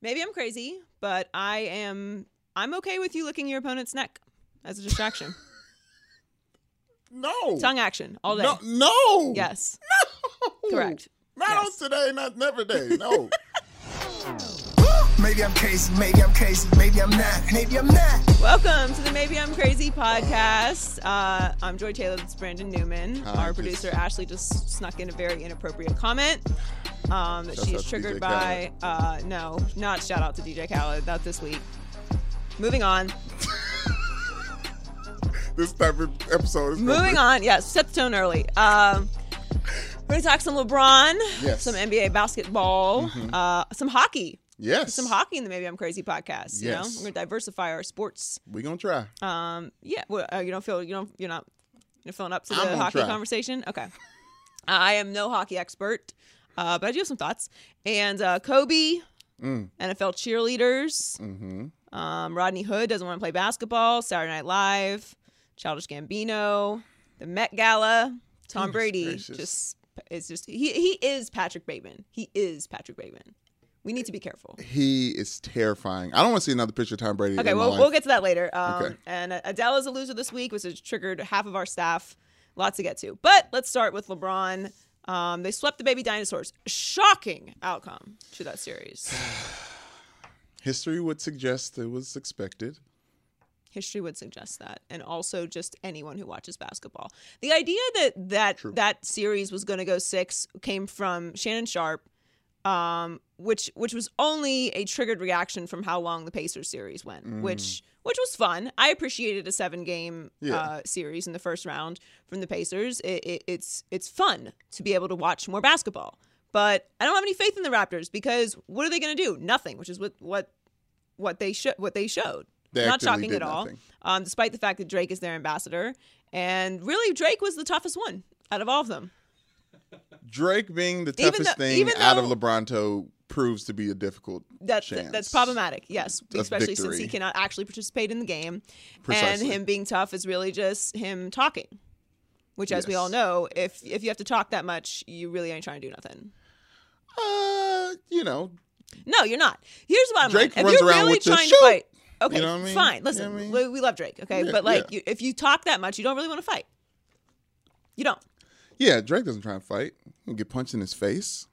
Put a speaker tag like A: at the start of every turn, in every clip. A: Maybe I'm crazy, but I am. I'm okay with you licking your opponent's neck as a distraction.
B: No.
A: Tongue action all day.
B: No. no.
A: Yes.
B: No.
A: Correct.
B: Not
A: Yes.
B: on today, not never day. No.
C: Maybe I'm crazy, maybe I'm crazy, maybe I'm not, maybe I'm not.
A: Welcome to the Maybe I'm Crazy podcast. Uh, I'm Joy Taylor. That's Brandon Newman.
B: Hi,
A: Our
B: just-
A: producer Ashley just snuck in a very inappropriate comment um, that
B: Shouts out
A: she's
B: to
A: triggered
B: DJ
A: by. Uh, no, not shout out to DJ Khaled. Not this week. Moving on.
B: this type of episode is gonna
A: Moving
B: be-
A: on. Yes, set the tone early. Um, we're gonna talk some LeBron,
B: Yes. Mm-hmm.
A: some NBA basketball, uh, some hockey,
B: Yes.
A: some hockey in the Maybe I'm Crazy podcast. You know,
B: Yes.
A: we're gonna diversify our sports.
B: We gonna try.
A: Um, yeah, well, uh, you don't feel you don't you're not you're filling up to
B: I'm
A: the
B: gonna
A: hockey
B: try.
A: conversation. Okay, I am no hockey expert, uh, but I do have some thoughts. And uh, Kobe, NFL cheerleaders,
B: Mm. Mm-hmm.
A: um, Rodney Hood doesn't want to play basketball. Saturday Night Live, Childish Gambino, the Met Gala, Tom
B: Goodness
A: Brady.
B: gracious.
A: Just it's just he he is Patrick Bateman. He is Patrick Bateman. We need to be careful.
B: He is terrifying. I don't want to see another picture of Tom Brady.
A: Okay,
B: in my
A: we'll,
B: life.
A: we'll get to that later. Um,
B: Okay.
A: And Adele is a loser this week, which has triggered half of our staff. Lots to get to. But let's start with LeBron. Um, they swept the baby dinosaurs. Shocking outcome to that series.
B: History would suggest it was expected.
A: History would suggest that, and also just anyone who watches basketball. The idea that that that series was going to go six came from Shannon Sharp, um, which which was only a triggered reaction from how long the Pacers series went, which which was fun. I appreciated a seven game
B: Yeah.
A: uh, series in the first round from the Pacers. It, it, it's it's fun to be able to watch more basketball, but I don't have any faith in the Raptors because what are they going to do? Nothing, which is what what what they sho- what they showed.
B: They
A: Not
B: actively
A: shocking
B: did
A: at all,
B: nothing.
A: um, despite the fact that Drake is their ambassador, and really Drake was the toughest one out of all of them.
B: Drake being the
A: Even
B: toughest
A: though-
B: thing
A: even
B: out of
A: though-
B: LeBron to proves to be a difficult
A: That's
B: chance.
A: that's problematic. Yes,
B: Of
A: especially since he
B: victory.
A: cannot actually participate in the game,
B: Precisely.
A: and him being tough is really just him talking. Which, as we
B: Yes.
A: all know, if if you have to talk that much, you really ain't trying to do nothing.
B: Uh, you know,
A: No, you're not. Here's the bottom
B: Drake
A: line.
B: runs
A: if you're
B: around
A: really
B: with the
A: trying
B: shoot.
A: to fight, okay,
B: know what I mean? You
A: fine.
B: know
A: Listen,
B: what I mean?
A: we, we love Drake, okay,
B: Yeah,
A: but like,
B: yeah.
A: you, if you talk that much, you don't really want to fight. You don't.
B: yeah, Drake doesn't try and fight. He'll get punched in his face.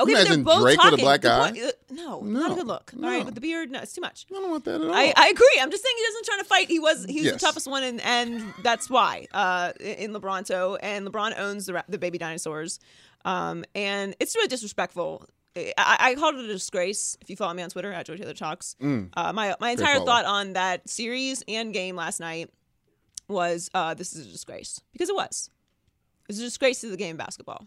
A: Okay, but they're
B: Imagine
A: both
B: Drake with a
A: talking.
B: black
A: The
B: eye.
A: point- uh, no, not a
B: No,
A: good look. All right,
B: no.
A: with the beard, no, it's too much.
B: I don't want that at all.
A: I, I agree. I'm just saying he doesn't try to fight. He was he's the
B: Yes.
A: toughest one, and, and that's why uh, in LeBronto and LeBron owns the ra- the baby dinosaurs, um, and it's really disrespectful. I, I I called it a disgrace. If you follow me on Twitter at Joy Taylor Talks, uh, my my entire
B: Mm. follow.
A: thought on that series and game last night was uh, this is a disgrace because it was. It's a disgrace to the game of basketball.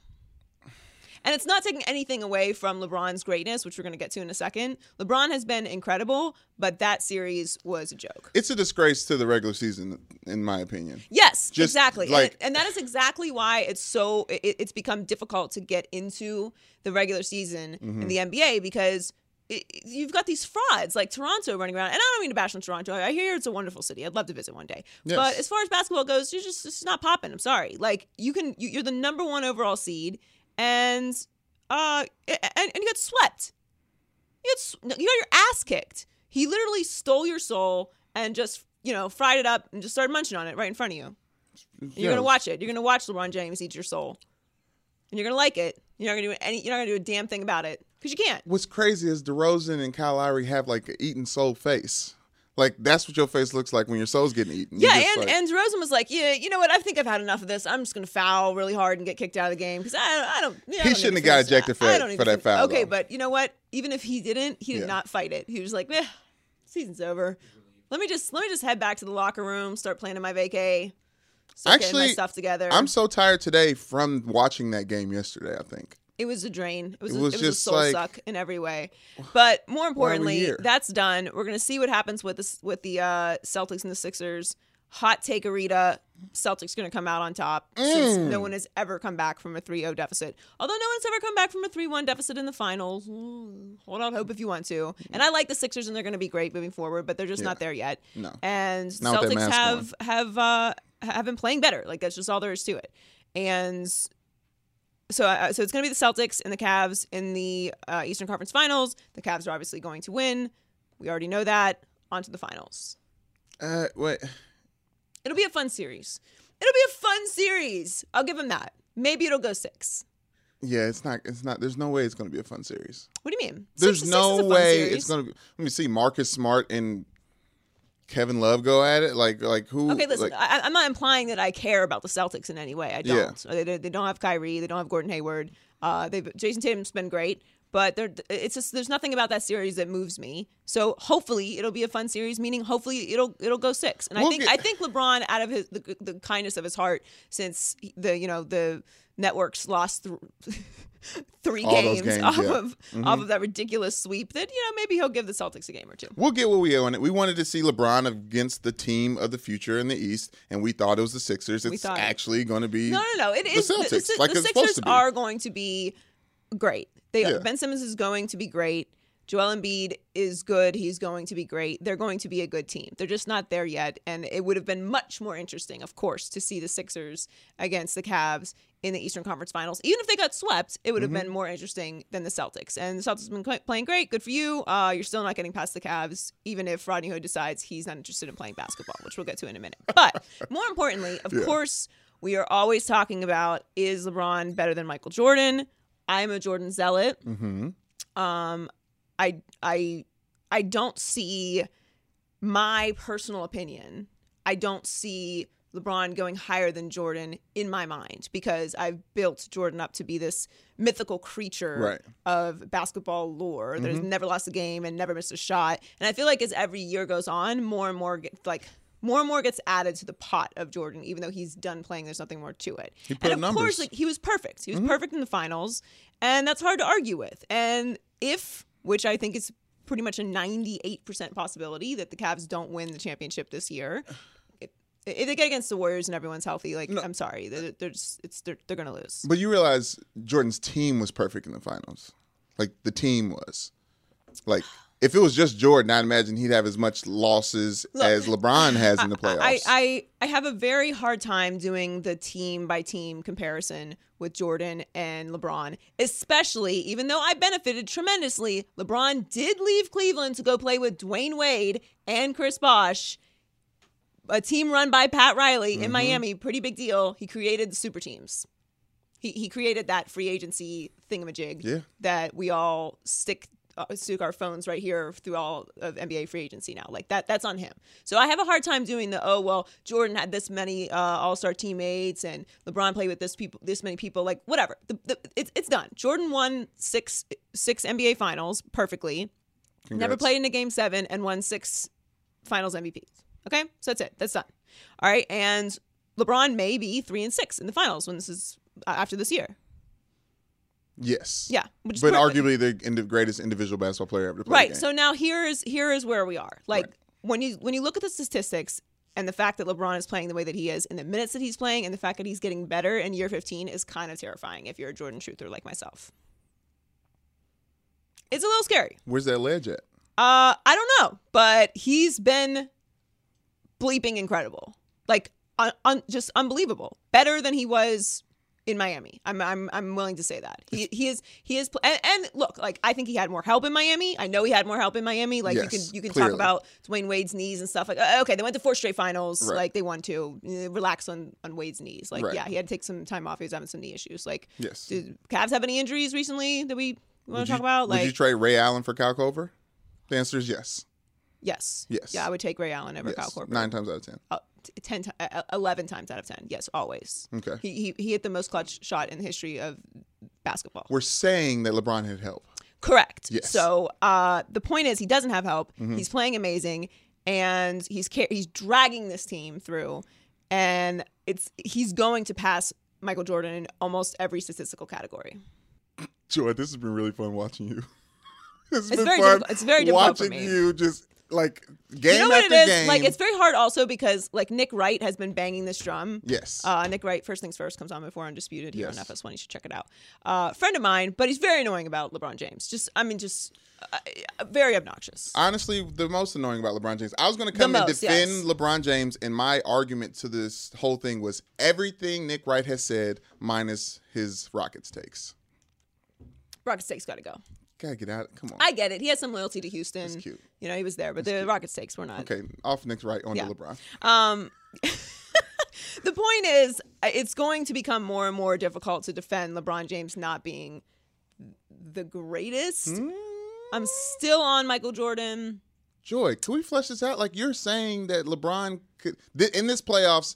A: And it's not taking anything away from LeBron's greatness, which we're going to get to in a second. LeBron has been incredible, but that series was a joke.
B: it's a disgrace to the regular season, in my opinion.
A: Yes,
B: Just
A: exactly. And-
B: like-
A: and, that is exactly why it's so it, it's become difficult to get into the regular season in the NBA because it, it- you've got these frauds like Toronto running around. And I don't mean to bash on Toronto. I hear it's a wonderful city. I'd love to visit one day.
B: Yes.
A: But as far as basketball goes, you're just it's not popping. I'm sorry. Like you can you, you're the number one overall seed, and uh and, and you got swept. You got, s- you got your ass kicked. He literally stole your soul and just you know fried it up and just started munching on it right in front of you. You're
B: Yeah,
A: gonna watch it. You're gonna watch LeBron James eat your soul, and you're gonna like it. You're not gonna do any. You're not gonna do a damn thing about it because you can't.
B: What's crazy is DeRozan and Kyle Lowry have like an eaten soul face. Like that's what your face looks like when your soul's getting eaten. You
A: Yeah,
B: just
A: and
B: like-
A: and DeRozan was like, yeah, you know what? I think I've had enough of this. I'm just gonna foul really hard and get kicked out of the game because I don't. I don't you know, I
B: He
A: don't
B: shouldn't
A: even
B: have got
A: finish-
B: ejected for
A: I
B: that-
A: don't even
B: for
A: finish-
B: that foul,
A: Okay,
B: though.
A: but you know what? Even if he didn't, he did
B: Yeah.
A: not fight it. He was like, eh, season's over. Let me just let me just head back to the locker room, start planning my vacay, start getting my
B: Actually,
A: stuff together.
B: I'm so tired today from watching that game yesterday. I think
A: It was a drain. It was,
B: It
A: a,
B: was
A: it was
B: just
A: a soul
B: like,
A: suck in every way. But more importantly,
B: here?
A: that's done. We're gonna see what happens with this with the uh, Celtics and the Sixers. Hot take, Arita. Celtics gonna come out on top since no
B: Mm.
A: one has ever come back from a 3-0 deficit. Although no one's ever come back from a 3-1 deficit in the finals. Ooh, Hold out hope if you want to. And I like the Sixers and they're gonna be great moving forward, but they're just not there yet.
B: No.
A: And
B: Not with that
A: Celtics
B: mask
A: have have uh, have been playing better. Like that's just all there is to it. And so uh, so it's going to be the Celtics and the Cavs in the uh, Eastern Conference Finals. The Cavs are obviously going to win. We already know that. On to the finals.
B: Uh, wait.
A: It'll be a fun series. It'll be a fun series. I'll give them that. Maybe it'll go six.
B: Yeah, it's not. It's not. The's no way it's going to be a fun series.
A: What do you mean? Six
B: There's
A: to six
B: no
A: is a fun
B: way
A: series.
B: it's going to. be Let me see. Marcus Smart and Kevin Love go at it. Like, like who?
A: Okay, listen.
B: like-
A: I, I'm not implying that I care about the Celtics in any way. I
B: Yeah.
A: don't. They- They, they don't have Kyrie. They don't have Gordon Hayward. Uh, they've Jason Tatum's been great, but they're, it's just there's nothing about that series that moves me. So hopefully it'll be a fun series. Meaning hopefully it'll it'll go six. And I
B: We'll
A: think
B: get-
A: I think LeBron, out of his the, the kindness of his heart, since the you know the networks lost. Th- Three
B: All those
A: games,
B: games,
A: off
B: yeah. Mm-hmm.
A: of off of that ridiculous sweep. That you know maybe he'll give the Celtics a game or two.
B: We'll get what we owe in it. We wanted to see LeBron against the team of the future in the East, and we thought it was the Sixers. It's
A: thought-
B: actually going to be
A: No, no, no. It
B: the
A: is
B: Celtics,
A: the, Si-
B: like
A: the
B: it's supposed
A: Sixers
B: to be.
A: are going to be great. They
B: Yeah.
A: are. Ben Simmons is going to be great. Joel Embiid is good. He's going to be great. They're going to be a good team. They're just not there yet. And it would have been much more interesting, of course, to see the Sixers against the Cavs in the Eastern Conference Finals. Even if they got swept, it would have been more interesting than the Celtics. And the Celtics have been quite- playing great. Good for you. Uh, you're still not getting past the Cavs, even if Rodney Hood decides he's not interested in playing basketball, which we'll get to in a minute. But more importantly, of course, we are always talking about is LeBron better than Michael Jordan? I'm a Jordan zealot.
B: hmm
A: I I I don't see my personal opinion. I don't see LeBron going higher than Jordan in my mind because I've built Jordan up to be this mythical creature
B: Right.
A: of basketball lore that has never lost a game and never missed a shot. And I feel like as every year goes on, more and more get, like more and more gets added to the pot of Jordan, even though he's done playing. There's nothing more to it.
B: He
A: and
B: put up
A: of
B: numbers. Mm-hmm.
A: course, like he was perfect. He was perfect in the finals, and that's hard to argue with. And if, which I think is pretty much a 98% possibility that the Cavs don't win the championship this year. If if they get against the Warriors and everyone's healthy, like I'm sorry, they're, they're just it's they're, they're gonna lose.
B: But you realize Jordan's team was perfect in the finals. Like the team was. Like if it was just Jordan, I imagine he'd have as much losses as LeBron has in the playoffs.
A: I, I I have a very hard time doing the team by team comparison with Jordan and LeBron, especially even though I benefited tremendously. LeBron did leave Cleveland to go play with Dwayne Wade and Chris Bosh, a team run by Pat Riley in Miami. Pretty big deal. He created the super teams. He he created that free agency thingamajig
B: Yeah.
A: that we all stick uh, stick our phones right here through all of NBA free agency now. Like that that's on him. So I have a hard time doing the oh well Jordan had this many uh, All Star teammates and LeBron played with this people this many people like whatever. The, the, it's it's done. Jordan won six six NBA Finals perfectly. Never
B: Congrats.
A: played in a game seven and won six finals MVPs. Okay, so that's it. That's done. All right, and LeBron may be three and six in the finals when this is uh, after this year.
B: Yes.
A: Yeah, which is
B: But
A: perfect.
B: arguably the indi- greatest individual basketball player ever to play. the
A: right.
B: game.
A: So now here is here is where we are. Like
B: Right.
A: when you when you look at the statistics and the fact that LeBron is playing the way that he is, and the minutes that he's playing, and the fact that he's getting better in year 15 is kind of terrifying if you're a Jordan truther like myself. It's a little scary.
B: where's that ledge at?
A: Uh, I don't know, but he's been bleeping incredible, like un- un- just unbelievable, better than he was in Miami. I'm I'm I'm willing to say that he he is he is pl- and, and look like I think he had more help in Miami. I know he had more help in Miami. Like you can
B: Yes,
A: you can
B: clearly.
A: talk about Dwayne Wade's knees and stuff. Like uh, okay, they went to four straight finals.
B: Right.
A: Like they won to Eh, relax on on Wade's knees. Like
B: Right.
A: yeah, he had to take some time off. He was having some knee issues. Like
B: Yes.
A: did Cavs have any injuries recently that we want
B: Would
A: to talk
B: you-
A: about? Like
B: would you trade Ray Allen for Kyle Culver? The answer is yes.
A: Yes.
B: Yes.
A: Yeah, I would take Ray Allen over
B: yes.
A: Kyle Korver.
B: Nine times out of ten.
A: Uh, t- ten, ti- uh, eleven times out of ten. Yes, always.
B: Okay.
A: He, he he hit the most clutch shot in the history of basketball.
B: We're saying that LeBron had help.
A: Correct.
B: Yes. Mm-hmm.
A: So uh, the point is, he doesn't have help. He's playing amazing, and he's ca- he's dragging this team through, and it's he's going to pass Michael Jordan in almost every statistical category.
B: Joy, this has been really fun watching you. it's
A: very difficult- it's very difficult for
B: watching
A: me.
B: you just like game
A: you know what
B: after
A: it is?
B: game.
A: Like it's very hard also because like Nick Wright has been banging this drum.
B: yes.
A: Uh, Nick Wright, first things first, comes on before Undisputed here on
B: Yes.
A: FS1. You should check it out. Uh, friend of mine, but he's very annoying about LeBron James. Just, I mean, just uh, uh, very obnoxious.
B: Honestly, the most annoying about LeBron James. I was going to come
A: The
B: and
A: most,
B: defend
A: yes.
B: LeBron James, and my argument to this whole thing was everything Nick Wright has said minus his Rockets takes.
A: Rocket Stakes got to go.
B: Gotta get out. Come on.
A: I get it. He has some loyalty to Houston.
B: That's cute.
A: You know, he was there, but the Rocket Stakes were not.
B: okay, off Nick Wright onto
A: Yeah.
B: LeBron.
A: Um, the point is, uh, it's going to become more and more difficult to defend LeBron James not being the greatest.
B: Hmm.
A: I'm still on Michael Jordan.
B: Joy, can we flesh this out? Like you're saying that LeBron could th- in this playoffs,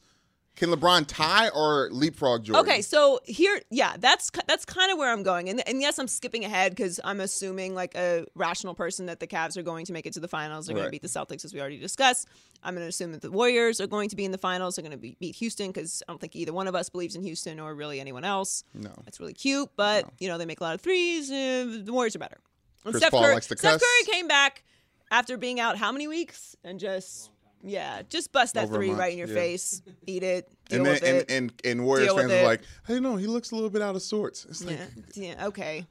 B: can LeBron tie or leapfrog Jordan?
A: Okay, so here, yeah, that's ki- that's kind of where I'm going, and and yes, I'm skipping ahead because I'm assuming like a rational person that the Cavs are going to make it to the finals. They're going
B: Right.
A: to beat the Celtics, as we already discussed. I'm going to assume that the Warriors are going to be in the finals. They're going to be, beat Houston because I don't think either one of us believes in Houston or really anyone else.
B: No.
A: that's really cute, but you know they make a lot of threes. Uh, the Warriors are better. And
B: Chris Paul likes to
A: Steph
B: cuss.
A: Curry came back after being out how many weeks and just yeah, just bust that
B: Over a
A: three
B: month,
A: right in your
B: yeah.
A: face, eat it, deal
B: And then
A: with it.
B: and, and and Warriors
A: Deal with
B: fans are
A: it.
B: like, hey, no, he looks a little bit out of sorts. It's like,
A: Yeah. yeah. Okay.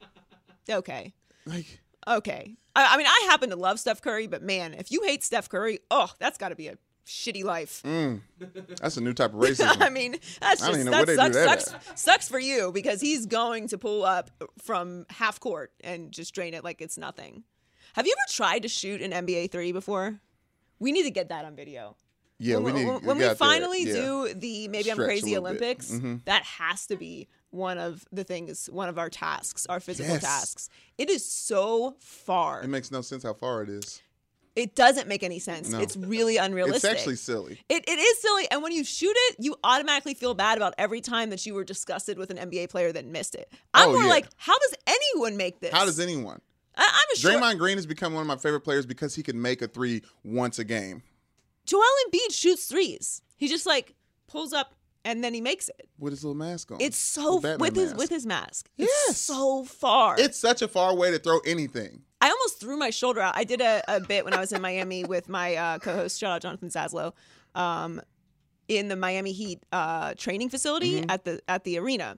A: Okay.
B: like
A: Okay. I, I mean, I happen to love Steph Curry, but man, if you hate Steph Curry, oh, that's got to be a shitty life.
B: that's a new type of racism.
A: I mean, that's
B: Mm. I don't
A: just
B: even know
A: that
B: where they do
A: sucks.
B: that
A: sucks, sucks for you because he's going to pull up from half court and just drain it like it's nothing. Have you ever tried to shoot an NBA three before? We need to get that on video.
B: yeah, we
A: when,
B: need
A: when- when we
B: got that.
A: finally
B: Yeah.
A: do the maybe
B: Stretch
A: I'm
B: a
A: crazy
B: little bit. Mm-hmm.
A: Olympics, that has to be one of the things, one of our tasks, our physical
B: Yes.
A: tasks. It is so far.
B: It makes no sense how far it is.
A: It doesn't make any sense.
B: No.
A: It's really unrealistic.
B: It's actually silly.
A: It, it is silly. And when you shoot it, you automatically feel bad about every time that you were disgusted with an NBA player that missed it. I'm
B: Oh,
A: more
B: yeah.
A: like, how does anyone make this?
B: How does anyone?
A: I, I'm a short.
B: Draymond Green has become one of my favorite players because he can make a three once a game.
A: Joel Embiid shoots threes. He just like pulls up and then he makes it.
B: With his little mask on.
A: It's so
B: Batman
A: with his
B: mask.
A: with his mask.
B: Yes.
A: It's so far.
B: It's such a far way to throw anything.
A: I almost threw my shoulder out. I did a, a bit when I was in Miami with my uh, co-host, shout out Jonathan Zaslow, um, in the Miami Heat uh, training facility
B: Mm-hmm.
A: at the at the arena.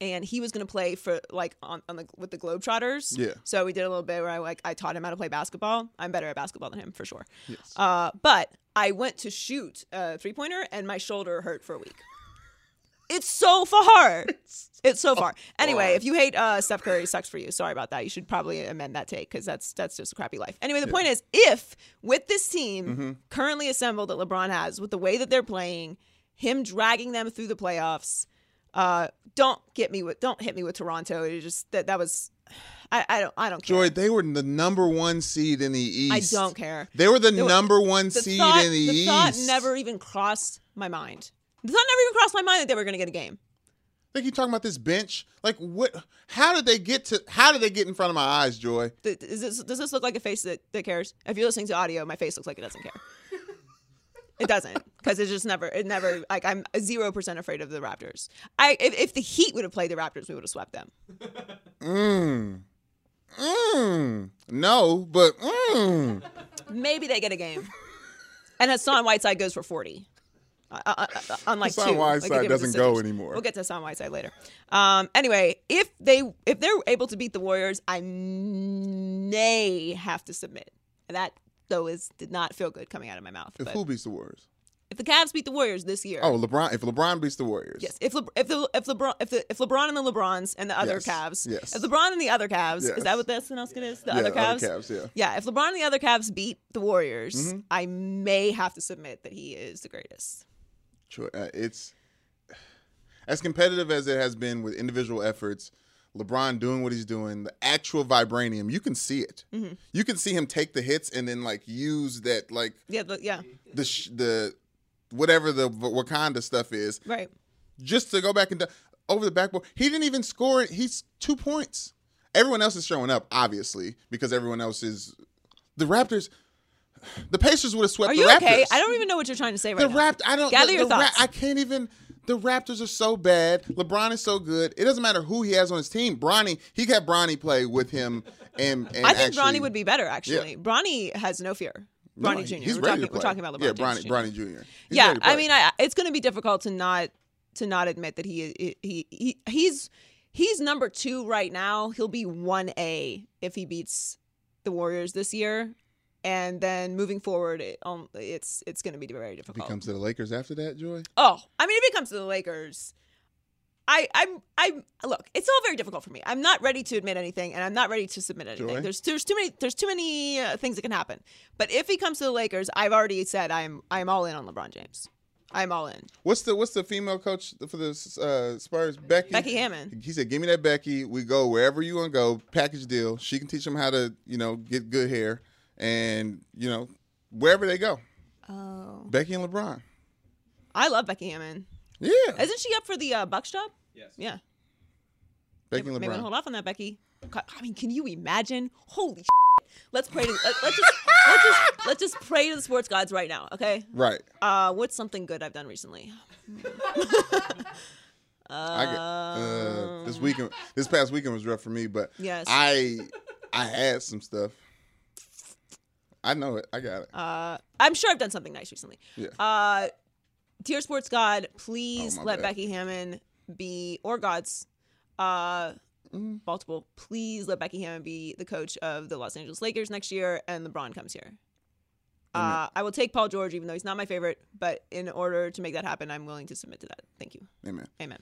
A: And he was going to play for like on, on the with the Globetrotters.
B: Yeah.
A: So we did a little bit where I like I taught him how to play basketball. I'm better at basketball than him for sure. Yes. Uh, but I went to shoot a three pointer and my shoulder hurt for a week. It's so far. It's so far. Anyway, if you hate uh, Steph Curry, sucks for you. Sorry about that. You should probably amend that take because that's that's just a crappy life. Anyway, the point is, if with this team
B: Mm-hmm.
A: currently assembled that LeBron has, with the way that they're playing, him dragging them through the playoffs, uh, don't get me with don't hit me with Toronto. It just that that was, I, I don't I don't care.
B: Joy, they were the number one seed in the
A: I
B: East.
A: don't care.
B: They were the
A: were-
B: number one
A: The
B: seed
A: thought,
B: in the,
A: the
B: East.
A: thought never even crossed my mind. The thought never even crossed my mind that they were going to get a game.
B: They keep talking about this bench. Like what? How did they get to? How did they get in front of my eyes, Joy?
A: Th- is this, does this look like a face that, that cares? If you're listening to audio, my face looks like it doesn't care. it doesn't because it's just never. It never. Like I'm zero percent afraid of the Raptors. I if, if the Heat would have played the Raptors, we would have swept them.
B: Mm, no, but mm.
A: Maybe they get a game. And Hassan Whiteside goes for forty. Uh, uh, uh, unlike two,
B: Hassan
A: like
B: Whiteside
A: they did with the
B: doesn't go
A: Sixers.
B: anymore.
A: We'll get to Hassan Whiteside later. Um, anyway, if they if they're able to beat the Warriors, I may have to submit. That though is did not feel good coming out of my mouth.
B: if
A: but-
B: who beats the Warriors?
A: If the Cavs beat the Warriors this year,
B: Oh, LeBron. If LeBron beats the Warriors,
A: yes. If Le- if the if LeBron if the if LeBron and the LeBrons and the other
B: Yes.
A: Cavs,
B: Yes.
A: If LeBron and the other Cavs, is that
B: Yes.
A: what that's announcement is? The
B: Yeah,
A: other Cavs.
B: yeah.
A: Yeah. If LeBron and the other Cavs beat the Warriors,
B: Mm-hmm.
A: I may have to submit that he is the greatest.
B: Sure. Uh, it's as competitive as it has been with individual efforts. LeBron doing what he's doing, the actual vibranium, you can see it.
A: Mm-hmm.
B: You can see him take the hits and then like use that like
A: Yeah. The, yeah.
B: the sh- the whatever the v- Wakanda stuff is
A: Right.
B: just to go back and do- over the backboard. He didn't even score it. He's two points. Everyone else is showing up obviously because everyone else is the Raptors. The Pacers would have swept
A: Are
B: the
A: you
B: Raptors.
A: okay? I don't even know what you're trying to say right
B: The
A: now.
B: Rapt, I don't
A: Gather
B: the,
A: your
B: the Ra-
A: thoughts.
B: I can't even. The Raptors are so bad. LeBron is so good. It doesn't matter who he has on his team. Bronny, he got Bronny play with him, and, and
A: I think
B: actually-
A: Bronny would be better actually. Bronny has no fear.
B: No,
A: Bronny
B: he-
A: Jr.
B: He's
A: we're,
B: ready
A: talking,
B: to
A: we're
B: play.
A: talking about LeBron.
B: yeah,
A: James
B: Bronny,
A: Jr.
B: Bronny Jr. He's
A: yeah,
B: ready to
A: I
B: play.
A: mean, I, it's going to be difficult to not to not admit that he, he he he's he's number two right now. He'll be one A if he beats the Warriors this year, and then moving forward, it, um, it's it's going to be very
B: If he
A: difficult.
B: comes to the Lakers after that, Joy.
A: Oh, I mean, if it comes to the Lakers, I, I'm, I'm. Look, it's all very difficult for me. I'm not ready to admit anything, and I'm not ready to submit anything.
B: Joy?
A: There's, there's too many, there's too many uh, things that can happen. But if he comes to the Lakers, I've already said I'm, I'm all in on LeBron James. I'm all in.
B: What's the what's the female coach for the uh, Spurs? Becky.
A: Becky Hammond.
B: He said, "Give me that Becky. We go wherever you want to go. Package deal. She can teach them how to, you know, get good hair, and you know, wherever they go.
A: Oh,
B: Becky and LeBron.
A: I love Becky Hammond.
B: Yeah,
A: Isn't she up for the uh, Bucks job?
D: Yes.
A: Yeah.
B: Becky and
A: Maybe we'll hold
B: LeBron.
A: off on that, Becky. God, I mean, can you imagine? Holy. Shit. Let's pray to let, let's just let's just let's just pray to the sports gods right now, okay?
B: Right.
A: Uh, what's something good I've done recently?
B: I get, uh, this weekend, this past weekend was rough for me, but
A: Um. Yes.
B: I, I had some stuff. I know it. I got it.
A: Uh, I'm sure I've done something nice recently.
B: yeah.
A: Uh, dear sports god, please
B: Oh, my
A: let
B: bad.
A: Becky Hammond be or gods, uh,
B: Mm-hmm.
A: multiple. Please let Becky Hammond be the coach of the Los Angeles Lakers next year, and LeBron comes here. Uh, I will take Paul George, even though he's not my favorite. But in order to make that happen, I'm willing to submit to that. Thank you.
B: Amen.
A: Amen.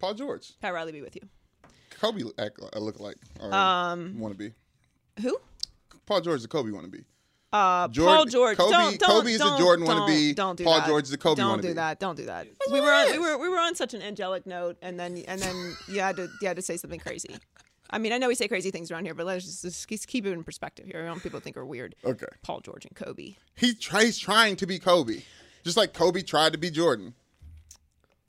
B: Paul George,
A: Pat Riley be with you.
B: Kobe act, I look like or
A: Um,
B: want to be.
A: Who?
B: Paul George, the Kobe want to be.
A: Uh,
B: Jordan-
A: Paul George.
B: Kobe-
A: don't, don't,
B: Kobe is the
A: don't,
B: Jordan
A: don't,
B: wannabe.
A: Don't do
B: Paul
A: that.
B: George is the Kobe
A: Don't do
B: wannabe.
A: that. Don't do that. we were on, we were we were on such an angelic note, and then and then you had to you had to say something crazy. I mean, I know we say crazy things around here, but let's just, just keep- keep it in perspective here. I don't want people to think we're weird.
B: Okay.
A: Paul George and Kobe.
B: He try, he's trying to be Kobe, just like Kobe tried to be Jordan.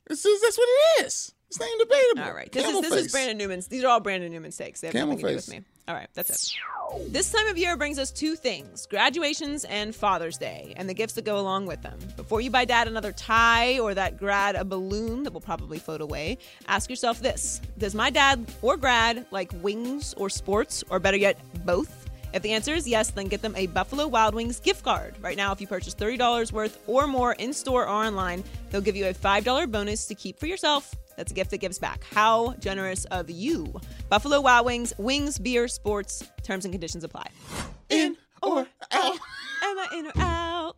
B: It's just, that's what it is. It's not even debatable.
A: All right. This
B: Camel
A: is this
B: face.
A: is Brandon Newman's. These are all Brandon Newman's takes. They have
B: Camel
A: nothing to do with
B: face.
A: me. All right, that's it. This time of year brings us two things: graduations and Father's Day, and the gifts that go along with them. Before you buy Dad another tie or that grad a balloon that will probably float away, ask yourself this: Does my dad or grad like wings or sports, or better yet, both? If the answer is yes, then get them a Buffalo Wild Wings gift card. Right now, if you purchase $30 worth or more in store or online, they'll give you a $5 bonus to keep for yourself. That's a gift that gives back. How generous of you. Buffalo Wild Wings, wings, beer, sports, terms and conditions apply.
B: In or out.
A: Am I in or out?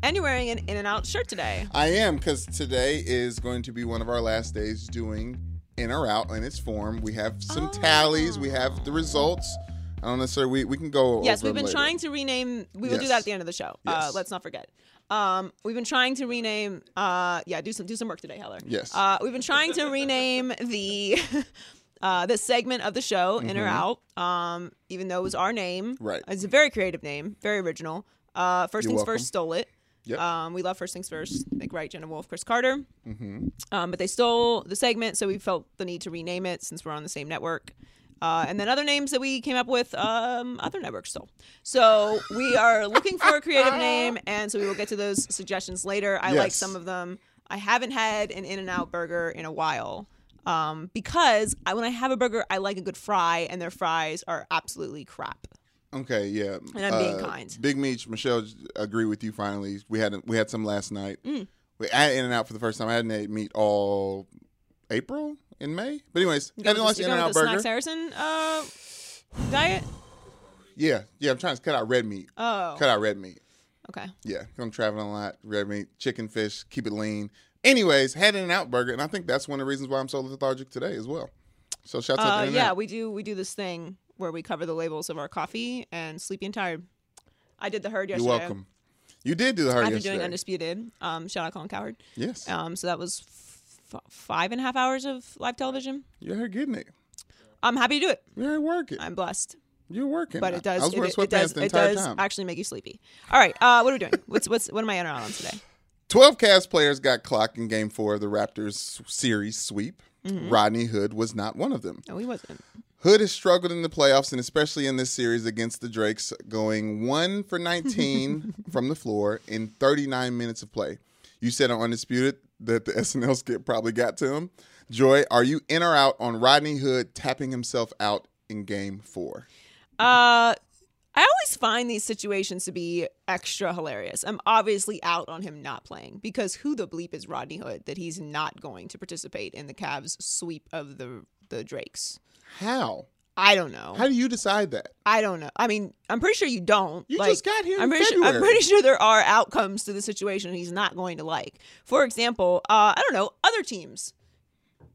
A: And you're wearing an In and Out shirt today.
B: I am because today is going to be one of our last days doing in or out in its form. We have some tallies. We have the results. I don't necessarily. We, we can go.
A: Yes, we've
B: over them
A: been
B: later.
A: trying to rename. We will do
B: Yes.
A: that at the end of the show. Uh,
B: Yes.
A: let's not forget. Um, we've been trying to rename. Uh, yeah, do some do some work today, Heller.
B: Yes.
A: Uh, we've been trying to rename the uh, the segment of the show, in or out. Um, even though it was our name,
B: Mm-hmm. Right.
A: It's a very creative name, very original. Uh, 1st
B: You're
A: things
B: welcome.
A: first stole it.
B: Yep.
A: Um, we love first things first, like right, Jenna Wolf, Chris Carter. Um, but they stole the segment, so we felt the need to rename it since we're on the same network. Uh, and then other names that we came up with, um, other networks stole. So we are looking for a creative name, and so we will get to those suggestions later. I like
B: Yes.
A: some of them. I haven't had an In and Out burger in a while um, because I, when I have a burger, I like a good fry, and their fries are absolutely crap.
B: Okay, yeah. uh,
A: And I'm being kind.
B: Big Meech, Michelle j- agree with you finally. We had we had some last night.
A: Mm.
B: We I had in and out for the first time. I hadn't ate meat all April in May. But anyways, I
A: You
B: didn't
A: going with
B: like
A: the- you
B: in
A: going
B: and
A: with
B: out
A: the Snacks
B: burger.
A: Harrison uh, diet?
B: Yeah, yeah, I'm trying to cut out red meat.
A: Oh.
B: Cut out red meat.
A: Okay.
B: Yeah. 'cause I'm traveling a lot, red meat, chicken, fish, keep it lean. Anyways, had in and out burger, and I think that's one of the reasons why I'm so lethargic today as well. So shout out
A: Uh,
B: to
A: yeah,
B: yeah, we-
A: we do we do this thing where we cover the labels of our coffee and sleepy and tired. I did the herd
B: You're
A: yesterday.
B: welcome. You did do the hard
A: After
B: yesterday.
A: doing Undisputed, um, shout out Colin Coward.
B: yes.
A: Um, so that was f- five and a half hours of live television.
B: You're getting it.
A: I'm happy to do it.
B: You're working.
A: I'm blessed,
B: You're working.
A: but it does
B: I was
A: it,
B: wearing
A: it- it
B: sweatpants
A: does
B: the
A: it
B: entire
A: does
B: time.
A: actually make you sleepy. All right, uh, what are we doing? What's what's what am I in or out on today?
B: 12 Cavs players got clocked in game four of the Raptors series sweep.
A: Mm-hmm.
B: Rodney Hood was not one of them.
A: No, he wasn't.
B: Hood has struggled in the playoffs and especially in this series against the Drakes, going one for 19 from the floor in 39 minutes of play. You said on Undisputed that the SNL skit probably got to him. Joy, are you in or out on Rodney Hood tapping himself out in game four?
A: Uh, I always find these situations to be extra hilarious. I'm obviously out on him not playing because who the bleep is Rodney Hood that he's not going to participate in the Cavs sweep of the the Drakes?
B: How?
A: I don't know.
B: How do you decide that?
A: I don't know. I mean, I'm pretty sure you don't.
B: You
A: Like,
B: just got here in
A: I'm pretty sure. I'm
B: February.
A: pretty sure there are outcomes to the situation he's not going to like. For example, uh, I don't know. Other teams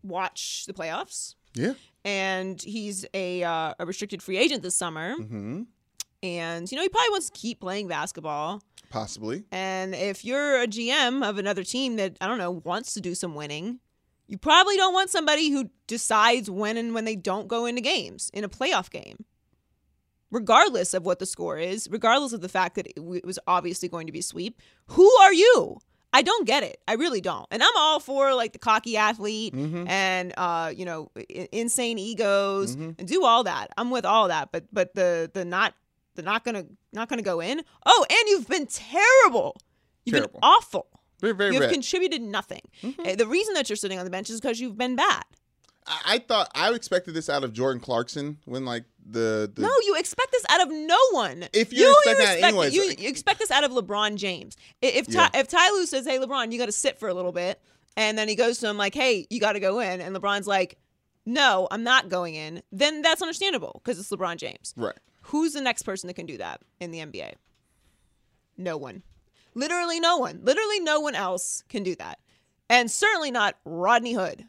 A: watch the playoffs,
B: Yeah.
A: and he's a uh, a restricted free agent this summer.
B: hmm
A: And you know, he probably wants to keep playing basketball.
B: Possibly.
A: And if you're a GM of another team that, I don't know, wants to do some winning, you probably don't want somebody who decides when and when they don't go into games in a playoff game. Regardless of what the score is, regardless of the fact that it w- it was obviously going to be a sweep, who are you? I don't get it. I really don't. And I'm all for like the cocky athlete
B: Mhm.
A: and uh, you know I- insane egos
B: Mhm.
A: and do all that. I'm with all that, but but the the not the not gonna not gonna go in. Oh, and you've been terrible. You've
B: Terrible.
A: been awful.
B: Very, very Mm-hmm.
A: You've
B: red.
A: contributed nothing. Uh, The reason that you're sitting on the bench is because you've been bad.
B: I-, I thought I expected this out of Jordan Clarkson when like the, the
A: No, you expect this out of no one.
B: If you expect that anyways,
A: you,
B: like-
A: you expect this out of LeBron James. I- If Ty, if Ty Lue says, "Hey, LeBron, you got to sit for a little bit," and then he goes to him like, "Hey, you got to go in," and LeBron's like, "No, I'm not going in," then that's understandable because it's LeBron James.
B: right.
A: Who's the next person that can do that in the NBA? No one. Literally no one. Literally no one else can do that, and certainly not Rodney Hood.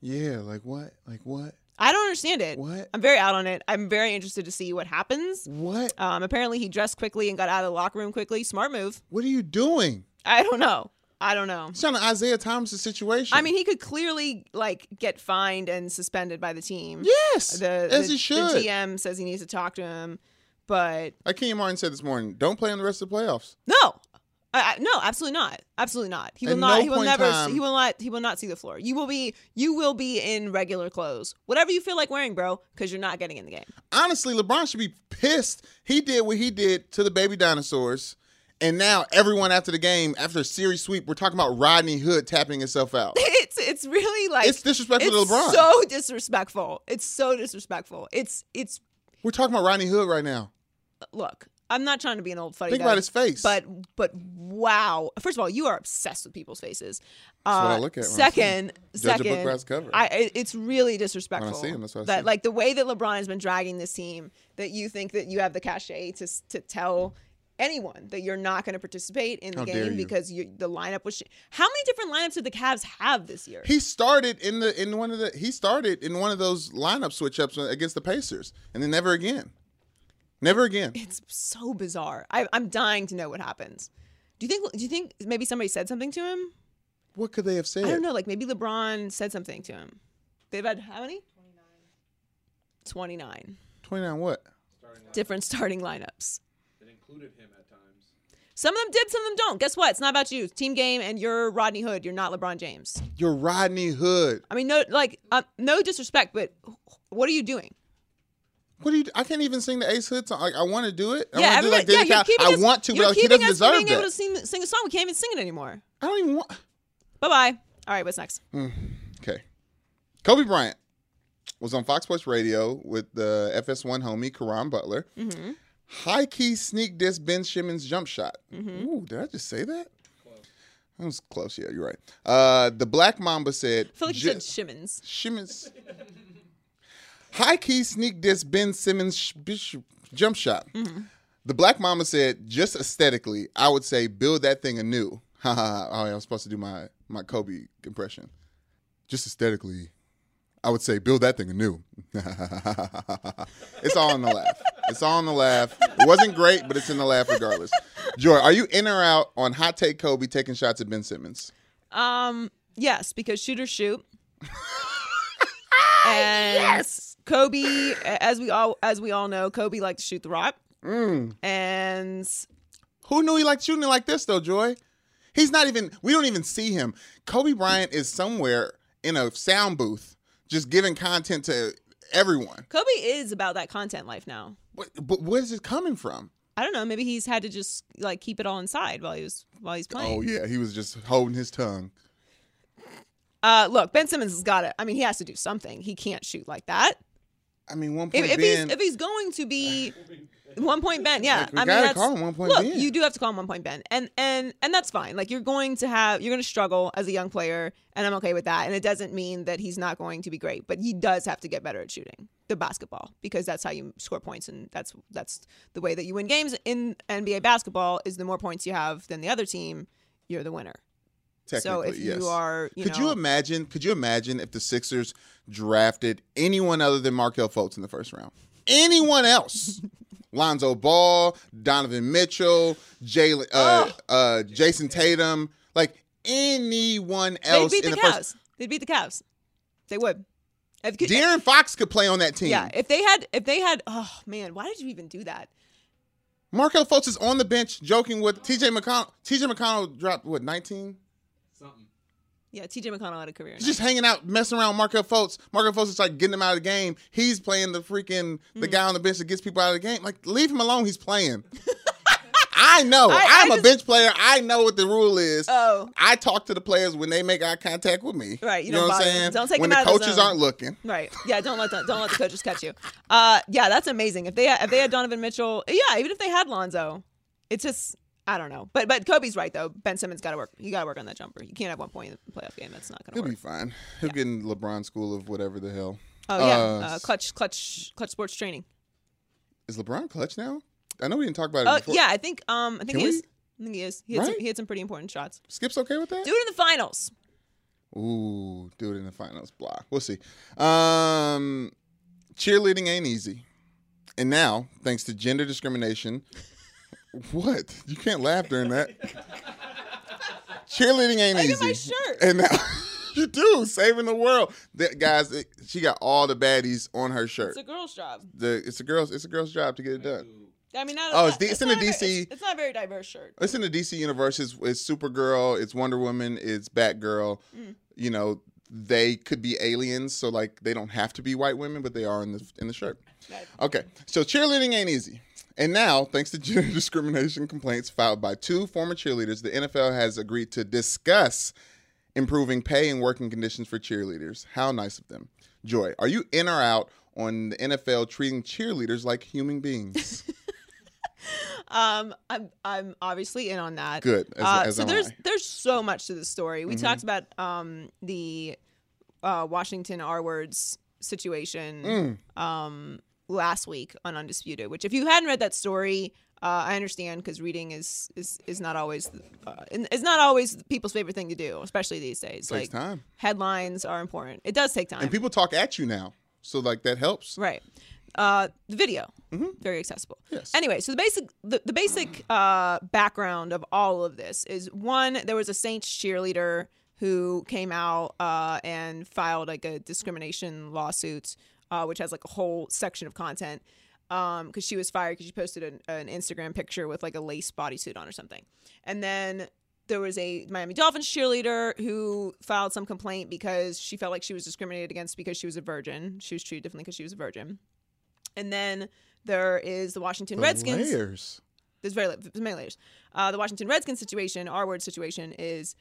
B: Yeah. Like what? Like what?
A: I don't understand it.
B: What?
A: I'm very out on it. I'm very interested to see what happens.
B: What?
A: Um, apparently, he dressed quickly and got out of the locker room quickly. Smart move.
B: What are you doing?
A: I don't know. I don't know.
B: It's kind of Isaiah Thomas' situation.
A: I mean, he could clearly like get fined and suspended by the team.
B: yes,
A: the,
B: as
A: the,
B: he should.
A: The GM says he needs to talk to him, but
B: Like Kenyon Martin said this morning, don't play in the rest of the playoffs.
A: no, I, I- no, absolutely not. Absolutely not. He will
B: At
A: not.
B: no
A: he will
B: point in
A: never.
B: time-
A: He will not. He will not see the floor. You will be. You will be in regular clothes, whatever you feel like wearing, bro, because you're not getting in the game.
B: Honestly, LeBron should be pissed. He did what he did to the baby dinosaurs, and now everyone after the game, after a series sweep, we're talking about Rodney Hood tapping himself out.
A: it's it's really like
B: It's disrespectful to
A: it's
B: LeBron.
A: So disrespectful. It's so disrespectful. It's it's
B: we're talking about Rodney Hood right now.
A: look. I'm not trying to be an old fuddy.
B: Think about his face.
A: But but wow. First of all, you are obsessed with people's faces. Uh,
B: That's what I look at when I see
A: second,
B: Judge a
A: second,
B: book by its cover.
A: I it- it's really disrespectful.
B: When I see him, that's what I
A: that
B: see.
A: like the way that LeBron has been dragging this team. That you think that you have the cachet to s- to tell anyone that you're not going to participate in the
B: How dare
A: game
B: you.
A: because you, the lineup was. Sh- How many different lineups did the Cavs have this year?
B: He started in the in one of the he started in one of those lineup switch ups against the Pacers, and then never again, never again.
A: It's so bizarre. I, I'm dying to know what happens. Do you think? Do you think maybe somebody said something to him?
B: What could they have said?
A: I don't know. Like maybe LeBron said something to him. They've had how many? Twenty nine
B: Twenty nine. What?
A: different starting lineups.
D: It included him at times.
A: Some of them did, some of them don't. Guess what? It's not about you. It's team game, and you're Rodney Hood. You're not LeBron James.
B: You're Rodney Hood.
A: I mean, no, like, um, no disrespect, but what are you doing?
B: What do you? I can't even sing the Ace Hood song. Like I want to do it. I
A: yeah,
B: want to do like
A: everybody.
B: Diddy
A: yeah,
B: Cow.
A: you're keeping
B: I
A: us-
B: want to, but
A: you're
B: like, he
A: keeping
B: doesn't
A: us from
B: deserve
A: being able to
B: that.
A: sing, sing a song. We can't even sing it anymore.
B: I don't even want.
A: Bye bye. All right, what's next?
B: Okay, Kobe Bryant was on Fox Sports Radio with the FS1 homie Karan Butler.
A: Mm-hmm.
B: High key sneak diss Ben Simmons jump shot.
A: Mm-hmm.
B: Ooh, did I just say that? That was close. Yeah, you're right. Uh, the Black Mamba said.
A: I feel like you
B: "Ju-
A: said Shimmons.
B: Simmons. High key sneak diss Ben Simmons sh- bish- jump shot. The Black Mama said, just aesthetically, I would say build that thing anew. Ha ha! ha. Oh, yeah, I was supposed to do my my Kobe impression. Just aesthetically, I would say build that thing anew. it's all in the laugh. It's all in the laugh. It wasn't great, but it's in the laugh regardless. Joy, are you in or out on hot take Kobe taking shots at Ben Simmons?
A: Um, yes, because shooters shoot. and yes, Kobe, a- as we all as we all know, Kobe liked to shoot the rock. And
B: Who knew he liked shooting it like this though, Joy? He's not even we don't even see him. Kobe Bryant is somewhere in a sound booth just giving content to everyone.
A: Kobe is about that content life now.
B: But, but where is it coming from?
A: I don't know. Maybe he's had to just like keep it all inside while he was while he's playing.
B: Oh yeah, he was just holding his tongue.
A: Uh, look, Ben Simmons has got it. I mean, he has to do something. He can't shoot like that.
B: I mean, one point
A: If, if
B: being,
A: he's if he's going to be one point Ben, yeah,
B: Like, we
A: I mean
B: gotta
A: that's
B: call him one point
A: look,
B: Ben.
A: you do have to call him one point Ben, and and and that's fine. Like you're going to have you're going to struggle as a young player, and I'm okay with that. And it doesn't mean that he's not going to be great, but he does have to get better at shooting the basketball because that's how you score points, and that's that's the way that you win games in NBA basketball is the more points you have than the other team, you're the winner. So
B: technically,
A: if
B: yes.
A: you are, you
B: could
A: know,
B: you imagine? Could you imagine if the Sixers drafted anyone other than Markel Fultz in the first round? Anyone else? Lonzo Ball, Donovan Mitchell, Jalen, uh, uh, Jason Tatum, like anyone
A: They
B: else
A: beat
B: in
A: the,
B: the
A: Cavs.
B: first.
A: They'd beat the Cavs. They would. If,
B: De'Aaron Fox could play on that team.
A: yeah, if they had, if they had, oh man, why did you even do that?
B: Markel Fultz is on the bench joking with TJ McConnell. TJ McConnell dropped what 19?
D: Something.
A: Yeah, TJ McConnell had a career.
B: He's just hanging out, messing around with Markel Fultz. Markel Fultz is like getting him out of the game. He's playing the freaking
A: Mm.
B: the guy on the bench that gets people out of the game. Like leave him alone. He's playing. I know.
A: I-
B: I, am
A: I
B: a
A: just-
B: bench player. I know what the rule is.
A: Oh.
B: I talk to the players when they make eye contact with me.
A: Right, you
B: know
A: don't
B: what I'm
A: bother them.
B: saying?
A: Don't take
B: when
A: them
B: the
A: out of the
B: coaches
A: zone.
B: aren't looking.
A: Right. Yeah. Don't let the, don't let the coaches catch you. Uh. Yeah. That's amazing. If they had, if they had Donovan Mitchell. Yeah. Even if they had Lonzo, it's just I don't know. But but Kobe's right though. Ben Simmons got to work. You got to work on that jumper. You can't have one point in the playoff game. That's not gonna
B: He'll
A: work.
B: be fine. He'll get in LeBron school of whatever the hell.
A: oh yeah.
B: uh,
A: Uh, clutch clutch clutch sports training.
B: Is LeBron clutch now? I know we didn't talk about it
A: Oh
B: before.
A: yeah. I think um I think
B: Can
A: he
B: we?
A: is. I think he is. He had, some,
B: Right?
A: he had some pretty important shots.
B: Skip's okay with that?
A: Do it in the finals.
B: Ooh, do it in the finals block. We'll see. Um cheerleading ain't easy. And now, thanks to gender discrimination, what? You can't laugh during that. cheerleading ain't
A: Look
B: easy.
A: at my shirt.
B: And now you do, saving the world. That guys, it, she got all the baddies on her shirt.
A: It's a girl's job.
B: the it's a girl's it's a girl's job to get it done.
A: I mean, not,
B: Oh,
A: not-
B: it's D- it's in
A: not
B: the
A: a very-
B: DC.
A: It's, it's not a very diverse shirt.
B: It's in the DC universe. It's, it's Supergirl. It's Wonder Woman. It's Batgirl.
A: Mm.
B: You know, they could be aliens, so like they don't have to be white women, but they are in the in the shirt.
A: Right.
B: Okay, so cheerleading ain't easy. And now, thanks to gender discrimination complaints filed by two former cheerleaders, the NFL has agreed to discuss improving pay and working conditions for cheerleaders. How nice of them. Joy, are you in or out on the NFL treating cheerleaders like human beings?
A: Um, I'm I'm obviously in on that.
B: Good, as-
A: uh,
B: as
A: so
B: am
A: there's
B: I. Mm-hmm.
A: there's so much to this story. We talked about um the uh, Washington R words situation
B: Mm.
A: um last week on Undisputed. Which, if you hadn't read that story. Uh, I understand because reading is, is is not always uh, is not always people's favorite thing to do, especially these days.
B: Takes
A: like
B: time.
A: headlines are important. It does take time.
B: and people talk at you now, so like that helps.
A: Right. Uh, the video, very accessible.
B: Yes.
A: Anyway, so the basic the, the basic uh, background of all of this is one, there was a Saints cheerleader who came out uh, and filed like a discrimination lawsuit, uh, which has like a whole section of content because um, she was fired because she posted an, an Instagram picture with like a lace bodysuit on or something, and then. There was a Miami Dolphins cheerleader who filed some complaint because she felt like she was discriminated against because she was a virgin. She was treated differently because she was a virgin. And then there is the Washington
B: The
A: Redskins.
B: layers.
A: There's very there's many layers. Uh, the Washington Redskins situation, our word situation, is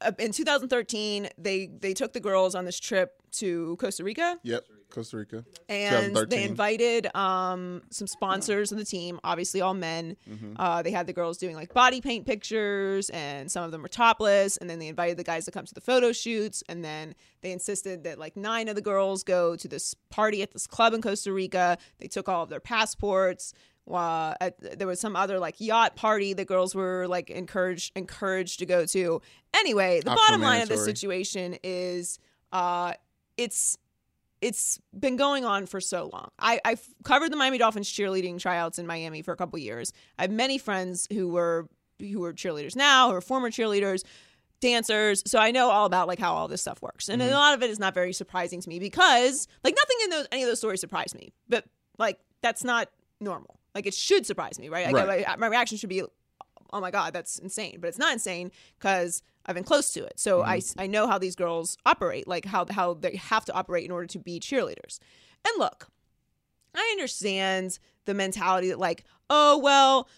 A: uh, in 2013 they they took the girls on this trip to Costa Rica
B: Yep, Costa Rica.
A: and
B: 2013.
A: they invited um, some sponsors of the team, obviously all men. Uh, they had the girls doing like body paint pictures, and some of them were topless. And then they invited the guys to come to the photo shoots. And then they insisted that like nine of the girls go to this party at this club in Costa Rica. They took all of their passports. Uh, at, there was some other like yacht party the girls were like encouraged encouraged to go to. Anyway, the
B: Not
A: bottom line of this
B: mandatory.
A: situation is uh, it's it's been going on for so long. I, I've covered the Miami Dolphins cheerleading tryouts in Miami for a couple years. I have many friends who were who are cheerleaders now, who are former cheerleaders, dancers. So I know all about like how all this stuff works, and a lot of it is not very surprising to me because like nothing in those any of those stories surprised me. But like that's not normal. Like it should surprise me, right? Like,
B: Right.
A: my- my reaction should be oh my god that's insane but it's not insane because i've been close to it so I, I know how these girls operate like how how they have to operate in order to be cheerleaders and look i understand the mentality that like oh well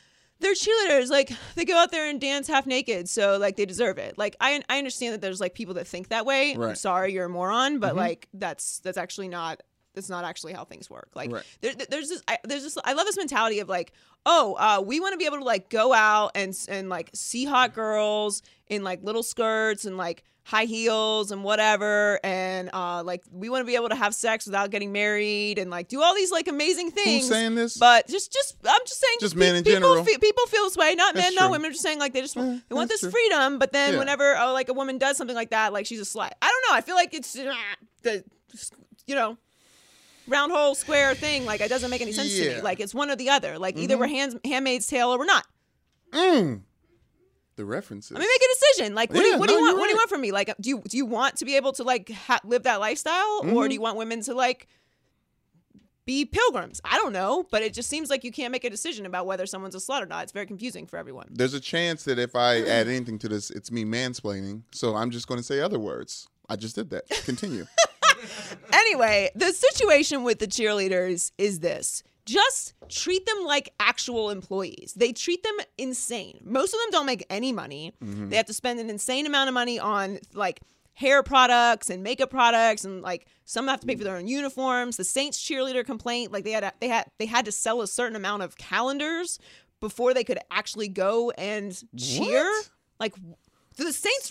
A: they're cheerleaders. Like they go out there and dance half naked, so like they deserve it. Like I I understand that there's like people that think that way. I'm
B: Right.
A: sorry, you're a moron, but like that's that's actually not that's not actually how things work. Like
B: Right.
A: there, there's this I, there's this I love this mentality of like oh uh, we want to be able to like go out and s- and like see hot girls in like little skirts and like high heels and whatever and uh like we want to be able to have sex without getting married and like do all these like amazing things
B: Who's saying this?
A: but just, just I'm just saying,
B: Just
A: pe-
B: men in
A: people
B: general.
A: Feel, people feel this way, not
B: That's
A: men, not
B: true.
A: women. Just saying, like they just
B: Yeah,
A: want, they want this
B: that's true.
A: freedom, but then
B: Yeah.
A: whenever oh, like a woman does something like that, like she's a slut. I don't know. I feel like it's uh, the you know round hole square thing. Like it doesn't make any sense to me.
B: Yeah. Mm-hmm.
A: Like it's one or the other. Like either we're hands, Handmaid's Tale or we're not.
B: Mm. The references.
A: I mean, make a decision. Like, what, do,
B: Yeah,
A: you, what do
B: no,
A: you want?
B: you're
A: What do you
B: right.
A: want from me? Like, do you do you want to be able to like ha- live that lifestyle,
B: Mm-hmm.
A: or do you want women to like be pilgrims? I don't know, but it just seems like you can't make a decision about whether someone's a slut or not. It's very confusing for everyone.
B: There's a chance that if
A: Mm.
B: I add anything to this, it's me mansplaining. So I'm just going to say other words. I just did that. Continue.
A: Anyway, the situation with the cheerleaders is this. Just treat them like actual employees. They treat them insane. Most of them don't make any money. They have to spend an insane amount of money on like hair products and makeup products and like some have to pay for their own uniforms. The Saints cheerleader complaint, like they had they had they had to sell a certain amount of calendars before they could actually go and cheer.
B: What?
A: Like do the Saints,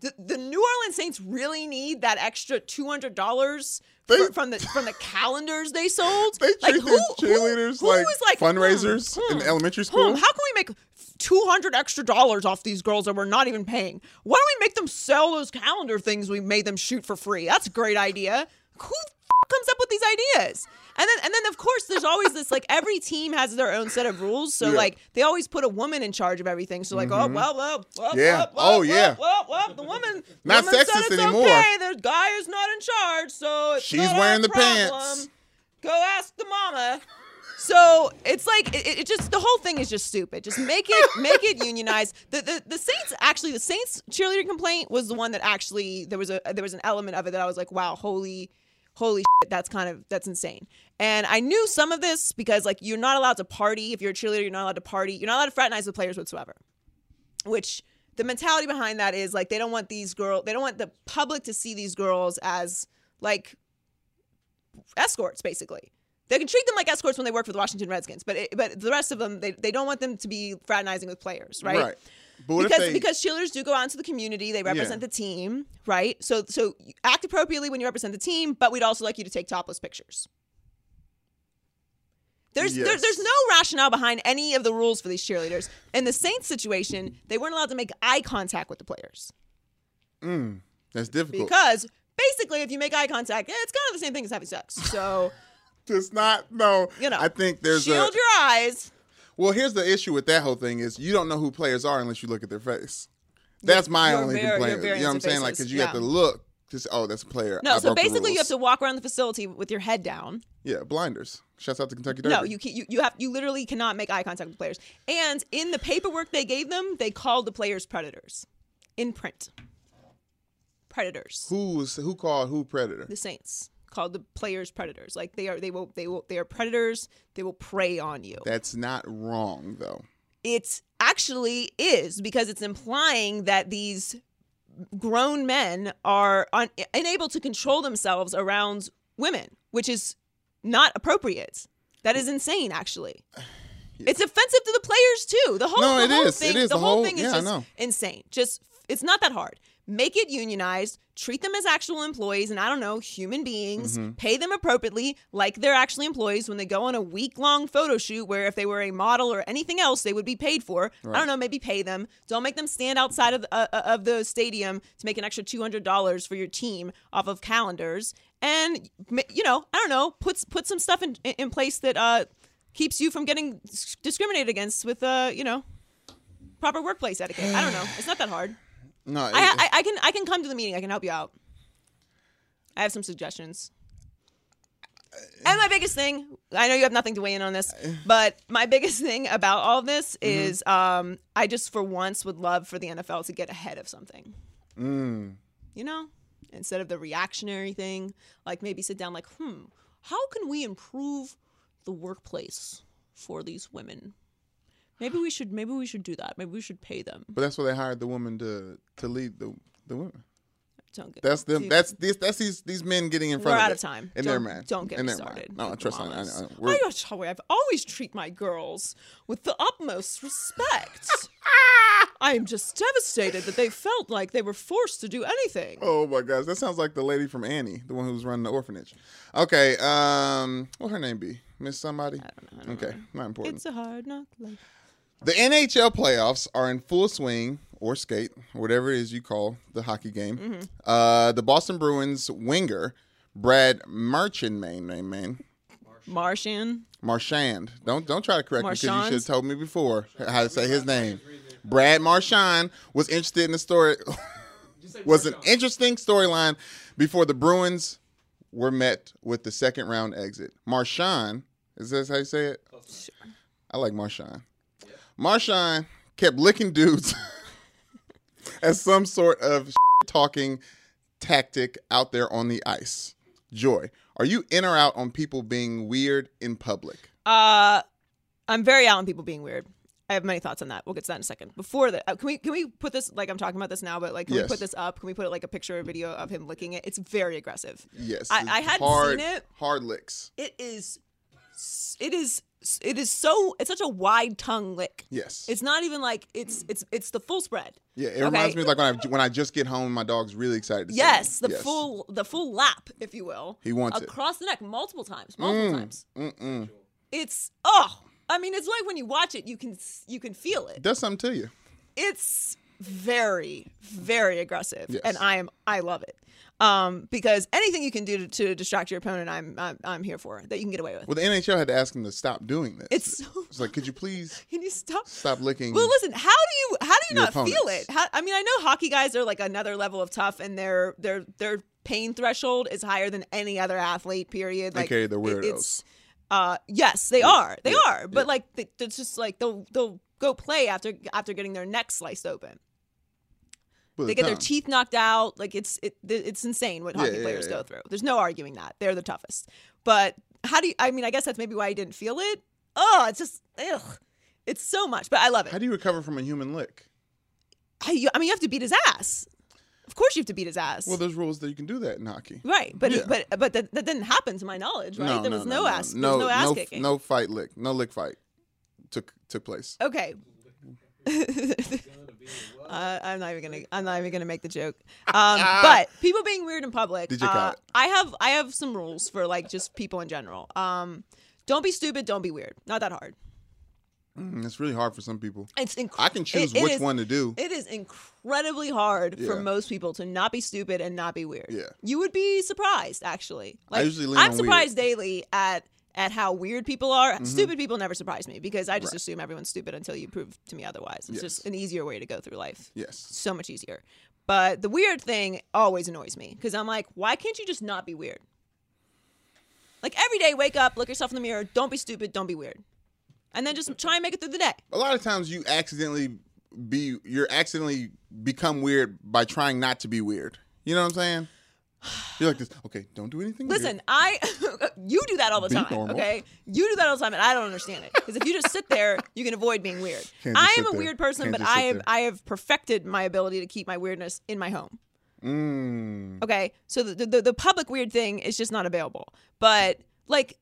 A: the, the New Orleans Saints, really need that extra two hundred dollars
B: They-
A: from the from the calendars they sold?
B: They treat
A: who-
B: these
A: who-
B: cheerleaders
A: who
B: like,
A: was hmm,
B: fundraisers in
A: hmm,
B: elementary
A: hmm,
B: school.
A: how can we make two hundred extra dollars off these girls that we're not even paying? Why don't we make them sell those calendar things we made them shoot for free? That's a great idea. Who f- comes up with these ideas? And then, and then, of course, there's always this like every team has their own set of rules. So
B: Yeah. Mm-hmm.
A: like they always put a woman in charge of everything. So like, oh well, well, well,
B: Yeah.
A: well, well,
B: Oh, yeah.
A: Well, well, the woman.
B: Not
A: woman said
B: sexist
A: it's
B: anymore.
A: Okay, the guy is not in charge, so it's
B: She's
A: not our
B: wearing the
A: problem.
B: pants.
A: Go ask the mama. So it's like it, it just the whole thing is just stupid. Just make it make it unionized. The, the the Saints actually the Saints cheerleader complaint was the one that actually there was a there was an element of it that I was like wow holy holy shit, that's kind of that's insane. And I knew some of this because like you're not allowed to party if you're a cheerleader. You're not allowed to party. You're not allowed to fraternize with players whatsoever which the mentality behind that is like they don't want these girls they don't want the public to see these girls as like escorts basically they can treat them like escorts when they work for the washington redskins but it, but the rest of them they, they don't want them to be fraternizing with players right,
B: But what
A: because
B: if they,
A: because cheerleaders do go out into the community they represent the team right so so act appropriately when you represent the team but we'd also like you to take topless pictures there's there,
B: Yes.
A: there's no rationale behind any of the rules for these cheerleaders in the saints situation they weren't allowed to make eye contact with the players
B: that's difficult.
A: because basically if you make eye contact eh, it's kind of the same thing as having sex so
B: it's not no.
A: You know,
B: I think there's a
A: shield your eyes
B: Well, here's the issue with that whole thing is you don't know who players are unless you look at their face. That's my
A: you're
B: only
A: very-
B: complaint.
A: you're very
B: You know what I'm saying? Like,
A: into
B: because you have to
A: faces,
B: look. Just oh, that's a player.
A: no
B: I
A: so
B: broke the
A: basically you have to
B: rules.
A: walk around the facility with your head down
B: Yeah, blinders. Shouts out to Kentucky Derby.
A: No, you, can, you you have you literally cannot make eye contact with players. And in the paperwork they gave them, they called the players predators, in print. Predators.
B: Who was who called who predator?
A: The Saints called the players predators. Like they are they will they will they are predators. They will prey on you.
B: That's not wrong though.
A: It actually is because it's implying that these grown men are un- unable to control themselves around women, which is not appropriate. That is insane, actually. It's offensive to the players too. The whole,
B: No,
A: the
B: it
A: whole
B: is.
A: thing,
B: It is.
A: the,
B: The
A: whole,
B: whole-
A: thing is
B: yeah, I
A: just
B: know.
A: insane. Just it's not that hard. Make it unionized. Treat them as actual employees, and I don't know, human beings. Pay them appropriately, like they're actually employees when they go on a week long photo shoot. Where if they were a model or anything else, they would be paid for. I don't know. Maybe pay them. Don't make them stand outside of the, uh, uh, of the stadium to make an extra two hundred dollars for your team off of calendars. And ma- you know, I don't know. Put s- put some stuff in in- in place that uh keeps you from getting s- discriminated against with uh you know proper workplace etiquette i don't know it's not that hard
B: No, it-
A: I, I i can i can come to the meeting i can help you out i have some suggestions
B: Uh,
A: and my biggest thing i know you have nothing to weigh in on this but my biggest thing about all of this
B: Mm-hmm.
A: is um i just for once would love for the nfl to get ahead of something
B: Mm.
A: you know instead of the reactionary thing like maybe sit down like hmm how can we improve the workplace for these women Maybe we should. Maybe we should do that. Maybe we should pay them.
B: But that's why they hired the woman to to lead the the women.
A: Don't get.
B: That's them.
A: Dude.
B: That's this. That's these these men getting in
A: We're
B: front.
A: out
B: it
A: of time.
B: In
A: don't,
B: their mind.
A: Don't get
B: in
A: me
B: their mind.
A: started.
B: No,
A: with
B: trust me. I, I,
A: dramas.
B: I,
A: I
B: we're-
A: just- I've always treat my girls with the utmost respect. I am just devastated that they felt like they were forced to do anything.
B: oh my gosh, that sounds like the lady from Annie, the one who was running the orphanage. Okay. Um, what her name be? Miss somebody. okay, not important.
A: It's a hard knock life.
B: The NHL playoffs are in full swing, or skate, whatever it is you call the hockey game. Uh, the Boston Bruins winger Brad Marchand, man, man, man,
A: Martian.
B: Marchand. Don't don't try to correct me because you
A: Marchand?
B: should have told me before how to say his name. Brad Marchand was interested in the story. was an interesting storyline before the Bruins were met with the second round exit. Marchand, is this how you say it? I like Marshawn. Marshawn kept licking dudes as some sort of talking tactic out there on the ice. Joy, are you in or out on people being weird in public?
A: Uh, I'm very out on people being weird. I have many thoughts on that. We'll get to that in a second. Before that, uh, can we can we put this like I'm talking about this now, but like can
B: Yes.
A: we put this up? Can we put like a picture or video of him licking it? It's very aggressive.
B: Yes.
A: I-
B: it's
A: I hadn't
B: hard,
A: seen it.
B: Hard licks.
A: It is, it is, it is so. It's such a wide tongue lick.
B: Yes.
A: It's not even like it's it's it's the full spread.
B: yeah, it
A: okay.
B: reminds me like when I when I just get home, my dog's really excited. To see me.
A: Yes, the full the full lap, if you will.
B: He wants it. Mm,
A: across the neck multiple times, multiple times.
B: Mm-mm.
A: It's oh, I mean, it's like when you watch it, you can s- you can feel it.
B: Does something to you?
A: it's very very aggressive
B: Yes.
A: and i am i love it um because anything you can do to, to distract your opponent I'm, I'm i'm here for that you can get away with
B: Well, the NHL had to ask him to stop doing this.
A: it's so
B: it's like, could you please
A: can you stop
B: stop licking?
A: well listen how do you how do you
B: Your
A: not feel
B: opponents.
A: it how, i mean i know hockey guys are like another level of tough and their their their pain threshold is higher than any other athlete period like
B: AKA the
A: it-
B: weirdos.
A: it's- uh yes they are they are but like they, it's just like they'll they'll go play after after getting their neck sliced open
B: With
A: they
B: the
A: get their
B: tongue.
A: teeth knocked out. Like it's it, th- it's insane what
B: Yeah,
A: hockey
B: yeah,
A: players
B: yeah.
A: go through. There's no arguing that they're the toughest. But how do you? I mean, I guess that's maybe why I didn't feel it. Oh, it's just ugh, it's so much. But I love it.
B: How do you recover from a human lick?
A: I, you- I mean, you have to beat his ass. Of course, you have to beat his ass.
B: Well, there's rules that you can do that in hockey.
A: right, but
B: yeah.
A: but but that, that didn't happen to my knowledge. Right, there was no, ass.
B: No,
A: there was no ass
B: no,
A: kicking.
B: no fight lick. No lick fight took took place.
A: Okay. uh, I'm not even gonna. I'm not even gonna make the joke. Um, but people being weird in public.
B: Ah. Did you
A: uh,
B: got it?
A: I have. I have some rules for like just people in general. Um, don't be stupid. Don't be weird. Not that hard.
B: Mm, it's really hard for some people.
A: It's inc-
B: I can choose
A: it- it
B: which
A: is-
B: one to do.
A: It is incredibly hard for
B: Yeah.
A: most people to not be stupid and not be weird.
B: Yeah.
A: You would be surprised, actually.
B: I
A: Like,
B: usually lean
A: I'm
B: on Mm-hmm.
A: surprised daily at at how weird people are. Stupid people never surprise me because I just
B: Right.
A: assume everyone's stupid until you prove to me otherwise. It's
B: Yes.
A: just an easier way to go through life.
B: yes.
A: So much easier. But the weird thing always annoys me because I'm like, why can't you just not be weird? Like every day, wake up, look yourself in the mirror, don't be stupid, don't be weird. And then just try and make it through the day.
B: A lot of times you accidentally be you're accidentally become weird by trying not to be weird. You know what I'm saying? You're like this. Okay, don't do anything. weird.
A: Listen, I you do that all the
B: Be
A: time,
B: normal.
A: okay? You do that all the time, and I don't understand it because if you just sit there, you can avoid being weird.
B: Can't just
A: I am
B: sit
A: a
B: there.
A: weird person, but
B: Can't just sit
A: I have
B: there.
A: I have perfected my ability to keep my weirdness in my home.
B: Mm,
A: Okay, so the the, the public weird thing is just not available. But like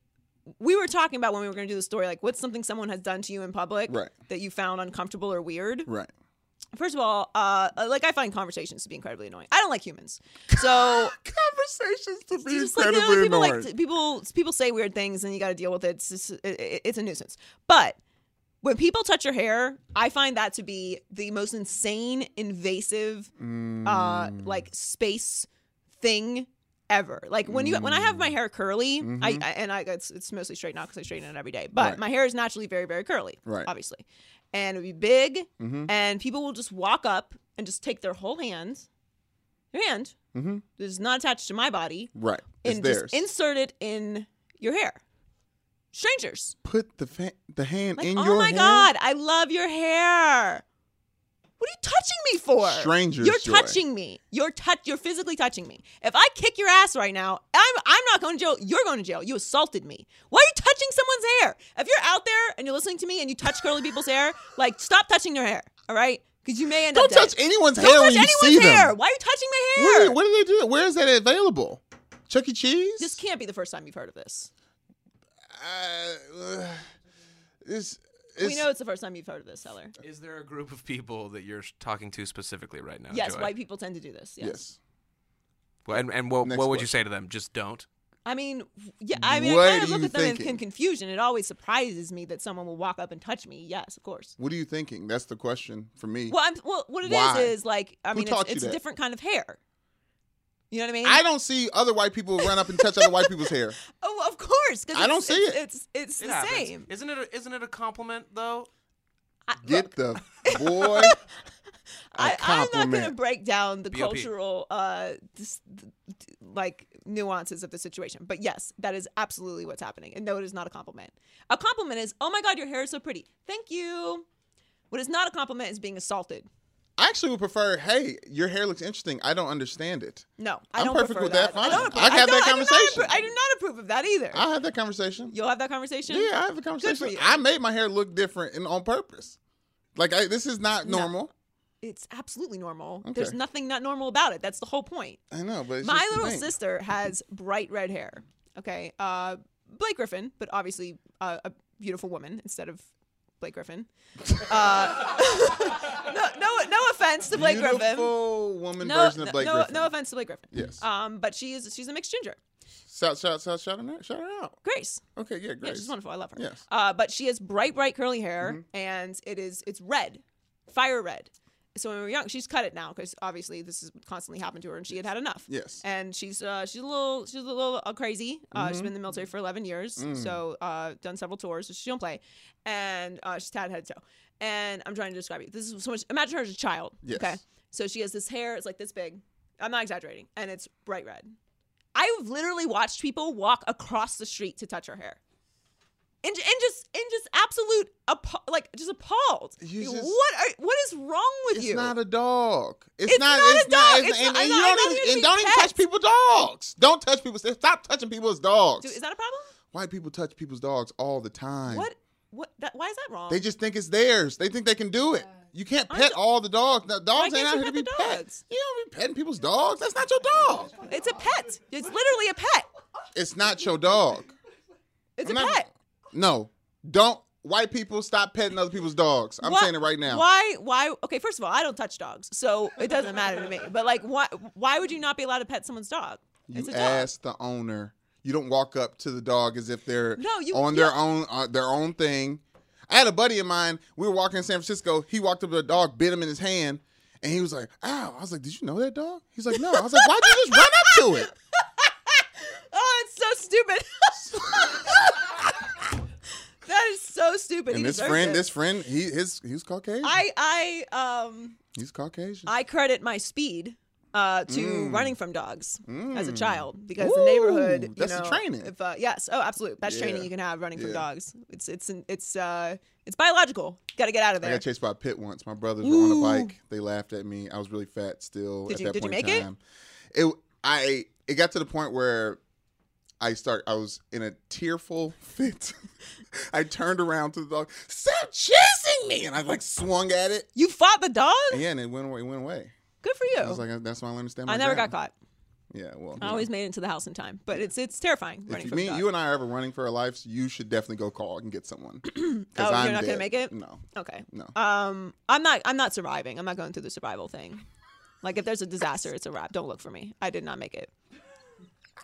A: we were talking about when we were going to do the story, like what's something someone has done to you in public
B: Right.
A: that you found uncomfortable or weird?
B: right.
A: First of all, uh, like I find conversations to be incredibly annoying. I don't like humans, so
B: Conversations to be
A: It's just like, you know,
B: incredibly
A: people,
B: annoying.
A: like, t- people people say weird things and you got to deal with it. It's, just, it- it- it's a nuisance. But when people touch your hair, I find that to be the most insane, invasive, uh,
B: Mm.
A: like space thing ever. Like when you when I have
B: Mm.
A: my hair curly, I, I and I it's, it's mostly straight now because I straighten it every day. But
B: Mm-hmm. Right.
A: my hair is naturally very very curly,
B: Right. Mm-hmm.
A: Obviously, and it would be big, and people will just walk up and just take their whole hand, their hand. that is not attached to my body
B: right. Mm-hmm. It's
A: and
B: theirs.
A: just insert it in your hair. Strangers.
B: Put the fa- the hand
A: Like,
B: in
A: oh
B: your
A: my
B: hand.
A: God, I love your hair. What are you touching me for?
B: Strangers,
A: You're
B: Joy.
A: touching me. You're touch you're physically touching me. If I kick your ass right now, I'm I'm not going to jail. You're going to jail. You assaulted me. Why are you touching someone's hair. If you're out there and you're listening to me and you touch curly people's hair, like stop touching their hair. All right, because you may end
B: Don't
A: up dead.
B: touch anyone's
A: Don't
B: hair
A: touch
B: when you
A: anyone's
B: see
A: hair.
B: them.
A: Why are you touching my hair?
B: Where, where do they do that? Where is that available? Chuck E. Cheese?
A: This can't be the first time you've heard of this.
B: uh, ugh. it's,
A: we
B: it's- Oh,
A: know it's the first time you've heard of this, Heller.
E: Is there a group of people that you're talking to specifically right now?
A: Yes,
E: Joy?
A: white people tend to do this. Yes.
B: Yes.
E: Well, And, and what,
B: Next
E: what would you
B: question.
E: say to them? Just don't.
A: I mean, yeah. I mean,
B: What
A: I kind of
B: are
A: look
B: you
A: at them in- in
B: thinking?
A: confusion. It always surprises me that someone will walk up and touch me. Yes, of course.
B: What are you thinking? That's the question for me.
A: Well, I'm, well, what it is
B: Why?
A: is like I
B: Who
A: mean,
B: taught
A: it's,
B: you
A: it's a
B: that?
A: different kind of hair. You know what I mean?
B: I don't see other white people run up and touch other white people's hair.
A: oh, of course. 'cause
B: I
A: it's-
B: don't see
A: it's,
B: it.
A: It's it's,
E: It
A: the
E: happens.
A: same.
E: Isn't it? A, isn't it a compliment though?
A: I,
B: Get
A: look,
B: the boy. a
A: I, I'm not going to
B: compliment.
A: break down the
E: BOP.
A: cultural uh, dis, th- th- like nuances of the situation, but yes, that is absolutely what's happening. And no, it is not a compliment. A compliment is, oh my god, your hair is so pretty. Thank you. What is not a compliment is being assaulted.
B: I actually would prefer, hey, your hair looks interesting. I don't understand it.
A: No, I
B: I'm
A: don't
B: perfect
A: prefer
B: with that,
A: I
B: fine.
A: don't appro-
B: I can
A: don't-
B: have that
A: I do not
B: conversation.
A: appro- I do not approve of that either.
B: I had that conversation.
A: You'll have that conversation.
B: Yeah, I have a conversation.
A: you.
B: I made my hair look different and on purpose. Like I, this is not normal.
A: It's absolutely normal.
B: Okay.
A: There's nothing not normal about it. That's the whole point.
B: I know, but it's
A: My
B: just the
A: little
B: thing.
A: sister has bright red hair. Okay. Uh, Blake Griffin, but obviously uh, a beautiful woman instead of Blake Griffin. Uh, no, no, no offense to Blake Griffin.
B: beautiful woman
A: No,
B: version
A: no,
B: of Blake
A: no,
B: Griffin.
A: no offense to Blake Griffin.
B: Yes.
A: Um, but she is she's a mixed ginger.
B: Shout, shout, shout, shout her out. Shout her out.
A: Grace.
B: Okay, yeah,
A: Yeah,
B: great.
A: she's wonderful. I love her.
B: Yes. Mm-hmm.
A: Uh, but she has bright, bright curly hair, and it is it's red, fire red. So when we were young, she's cut it now because obviously this has constantly happened to her, and she had had enough.
B: Yes.
A: And she's uh, she's a little she's a little uh, crazy. Uh,
B: Mm-hmm.
A: She's been in the military for eleven years,
B: Mm.
A: so uh, done several tours. So she don't play, and uh, she's tad head to toe. And I'm trying to describe you. This is so much. Imagine her as a child.
B: Yes.
A: Okay. So she has this hair. It's like this big. I'm not exaggerating, and it's bright red. I've literally watched people walk across the street to touch her hair. And, and just and just absolute appa- like just appalled.
B: You just-
A: what are what is wrong with
B: It's
A: you?
B: not a dog. It's,
A: It's not a dog.
B: it's-
A: It's
B: and
A: not-
B: and
A: no, it's
B: you don't
A: not
B: even,
A: even
B: and
A: to
B: don't
A: be
B: even touch
A: pets.
B: people's dogs. Don't touch people's. Stop touching people's dogs.
A: Dude, is that a problem?
B: White people touch people's dogs all the time.
A: What what that why is that wrong?
B: They just think it's theirs. They think they can do it. You can't pet all the dogs. The dogs
A: can't
B: ain't out
A: you
B: here to be
A: pet the
B: pet.
A: dogs?
B: You don't be petting people's dogs. That's not your dog.
A: it's a pet. It's literally a pet.
B: It's not your dog.
A: It's
B: I'm
A: a
B: not-
A: pet.
B: No, don't. White people stop petting other people's dogs. I'm
A: Why-
B: saying it right now.
A: Why why okay, first of all, I don't touch dogs, so it doesn't matter to me. But like why why would you not be allowed to pet someone's dog?
B: You
A: it's a dog.
B: ask the owner. You don't walk up to the dog as if they're
A: No, you-
B: on their
A: you-
B: own uh, their own thing. I had a buddy of mine. We were walking in San Francisco. He walked up to a dog, bit him in his hand, and he was like, "Ow!" I was like, "Did you know that dog?" He's like, "No." I was like, "Why'd you just run up to it?"
A: Oh, it's so stupid. that is so stupid.
B: And
A: He
B: this
A: deserves
B: friend,
A: it.
B: this friend, he his he's Caucasian.
A: I I um
B: he's Caucasian.
A: I credit my speed uh, to
B: Mm.
A: running from dogs as a child because the
B: Hmm. Ooh,
A: neighborhood. You
B: that's the
A: know,
B: training.
A: If, uh, yes. Oh, absolutely. Best training
B: Yeah.
A: you can have running from
B: Yeah.
A: dogs. It's it's an- it's uh it's biological. Got to get out of
B: I
A: there.
B: got chased by a pit once. My brothers were on a
A: Ooh.
B: bike. They laughed at me. I was really fat still
A: Did
B: at
A: you-
B: that
A: did you
B: point
A: make it?
B: in time. It? I it got to the point where I start I was in a tearful fit. I turned around to the dog. Stop chasing me! And I like swung at it.
A: You fought the dog.
B: And yeah, and it went away. It went away.
A: Good for
B: I
A: you.
B: was like, that's why I learned to stand my
A: Oh. I never got
B: ground.
A: caught.
B: Yeah, well.
A: I always made it into the house in time, but it's it's terrifying running
B: if
A: from a
B: me,
A: dog.
B: you and I are ever running for our lives, you should definitely go call and get someone. oh, you're
A: Oh, you're not gonna make it?
B: No.
A: okay.
B: No.
A: Um, I'm not I'm not surviving. I'm not going through the survival thing. Like if there's a disaster, it's a wrap. Don't look for me. I did not make it.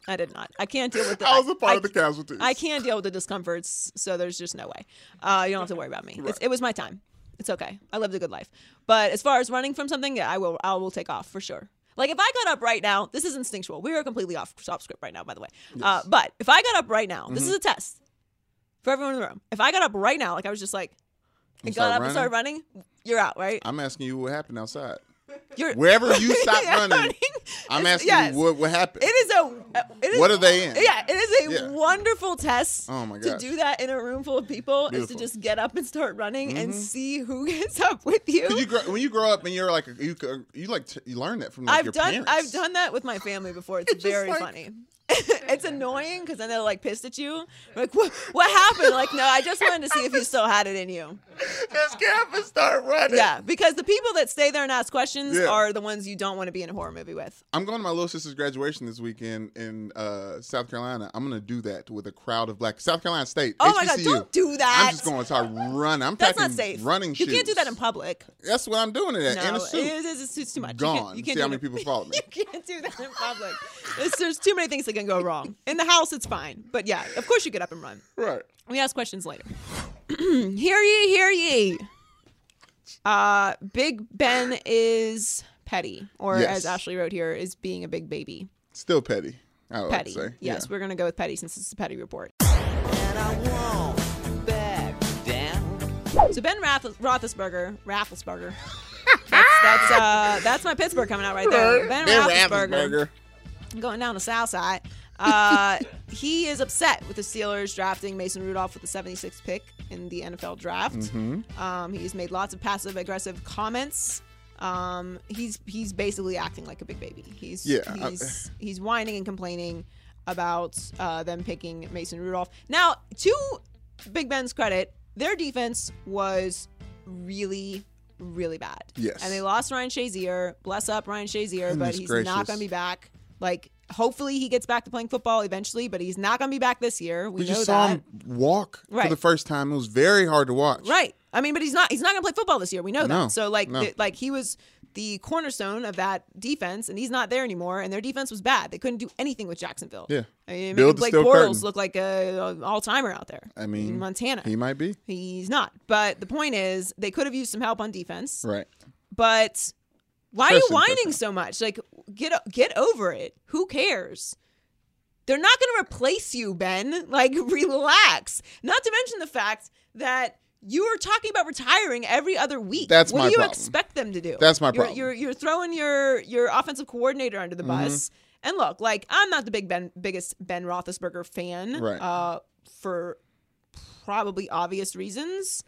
A: I did not. I can't deal with the
B: I was a part
A: I-
B: of the casualties.
A: I can't deal with the discomforts, so there's just no way. Uh, you don't have to worry about me. It's, it was my time. It's okay. I lived a good life. But as far as running from something, yeah, I will. I will take off for sure. Like if I got up right now, this is instinctual. We are completely off, off script right now, by the way. Uh, but if I got up right now, this
B: Mm-hmm.
A: is a test for everyone in the room. If I got up right now, like I was just like, and got
B: start
A: up and started running, you're out, right?
B: I'm asking you what happened outside.
A: You're
B: Wherever you stop
A: You're
B: running, I'm
A: It's-
B: asking
A: yes.
B: you what, what happened.
A: It is a. uh, It is,
B: What are they in?
A: Yeah, it is a
B: Yeah.
A: wonderful test.
B: Oh my
A: To
B: gosh.
A: do that in a room full of people is
B: Beautiful.
A: to just get up and start running and see who gets up with you.
B: 'Cause you grow, when you grow up and you're like you you like t- you learn that from like
A: I've
B: your
A: done.
B: parents.
A: I've done that with my family before. It's
B: just
A: very
B: like-
A: funny. it's annoying because then they're like pissed at you. Like, what, what happened? Like, no, I just wanted to see if you still had it in you.
B: Just Gavin start running.
A: Yeah, because the people that stay there and ask questions
B: Yeah.
A: are the ones you don't want to be in a horror movie with.
B: I'm going to my little sister's graduation this weekend in uh, South Carolina. I'm going to do that with a crowd of black South Carolina State.
A: Oh my God,
B: HBCU.
A: don't do that.
B: I'm just going to start running. I'm
A: That's
B: packing
A: not safe.
B: running
A: You can't do
B: shoes.
A: that in public.
B: That's what I'm doing it at. in
A: No,
B: a
A: it
B: suit.
A: is, it's, it's too much.
B: Gone.
A: You can't, you can't
B: See how
A: do
B: many
A: that.
B: people follow me.
A: you can't do that in public. It's, there's too many things that can go wrong. In the house, it's fine. But yeah, of course you get up and run.
B: Right.
A: We ask questions later. hear ye, hear ye. Uh, Big Ben is petty, or
B: Yes.
A: as Ashley wrote here, is being a big baby.
B: Still petty. I would
A: Petty.
B: say.
A: Yes,
B: Yeah.
A: we're gonna go with petty since it's a petty report.
F: And I won't back down.
A: So Ben Rath- Roethlisberger, Rafflesberger. That's that's, uh, that's my Pittsburgh coming out right there. Ben, Roethlisberger going down the south side. Uh, he is upset with the Steelers drafting Mason Rudolph with the 76th pick in the NFL draft.
B: Mm-hmm.
A: Um, he's made lots of passive aggressive comments. Um, he's he's basically acting like a big baby. He's
B: Yeah, I-
A: he's, he's whining and complaining about uh, them picking Mason Rudolph. Now, to Big Ben's credit, their defense was really really bad.
B: Yes.
A: and they lost Ryan Shazier. Bless up Ryan Shazier, but
B: Goodness
A: he's
B: gracious.
A: not going to be back. Like, hopefully he gets back to playing football eventually, but he's not going to be back this year. We,
B: We
A: know
B: just saw
A: that.
B: him walk for
A: Right.
B: the first time. It was very hard to watch.
A: Right. I mean, but he's not. He's not going to play football this year. We know that.
B: No,
A: So like,
B: no.
A: the- like he was the cornerstone of that defense, and he's not there anymore. And their defense was bad. They couldn't do anything with Jacksonville.
B: Yeah.
A: I mean, making
B: Build the
A: Blake
B: steel
A: Bortles
B: curtain.
A: look like a all timer out there.
B: I mean,
A: in Montana.
B: He might be.
A: He's not. But the point is, they could have used some help on defense.
B: Right.
A: but why are you
B: First
A: whining
B: impression.
A: so much? Like, get o- get over it. Who cares? They're not going to replace you, Ben. Like, relax. Not to mention the fact that you are talking about retiring every other week.
B: That's
A: what
B: my
A: do you
B: problem.
A: expect them to do?
B: That's my
A: You're-
B: problem. Mm-hmm.
A: You're, you're throwing your your offensive coordinator under the bus. And look, like I'm not the big Ben biggest Ben Roethlisberger fan,
B: Right.
A: uh, for probably obvious reasons.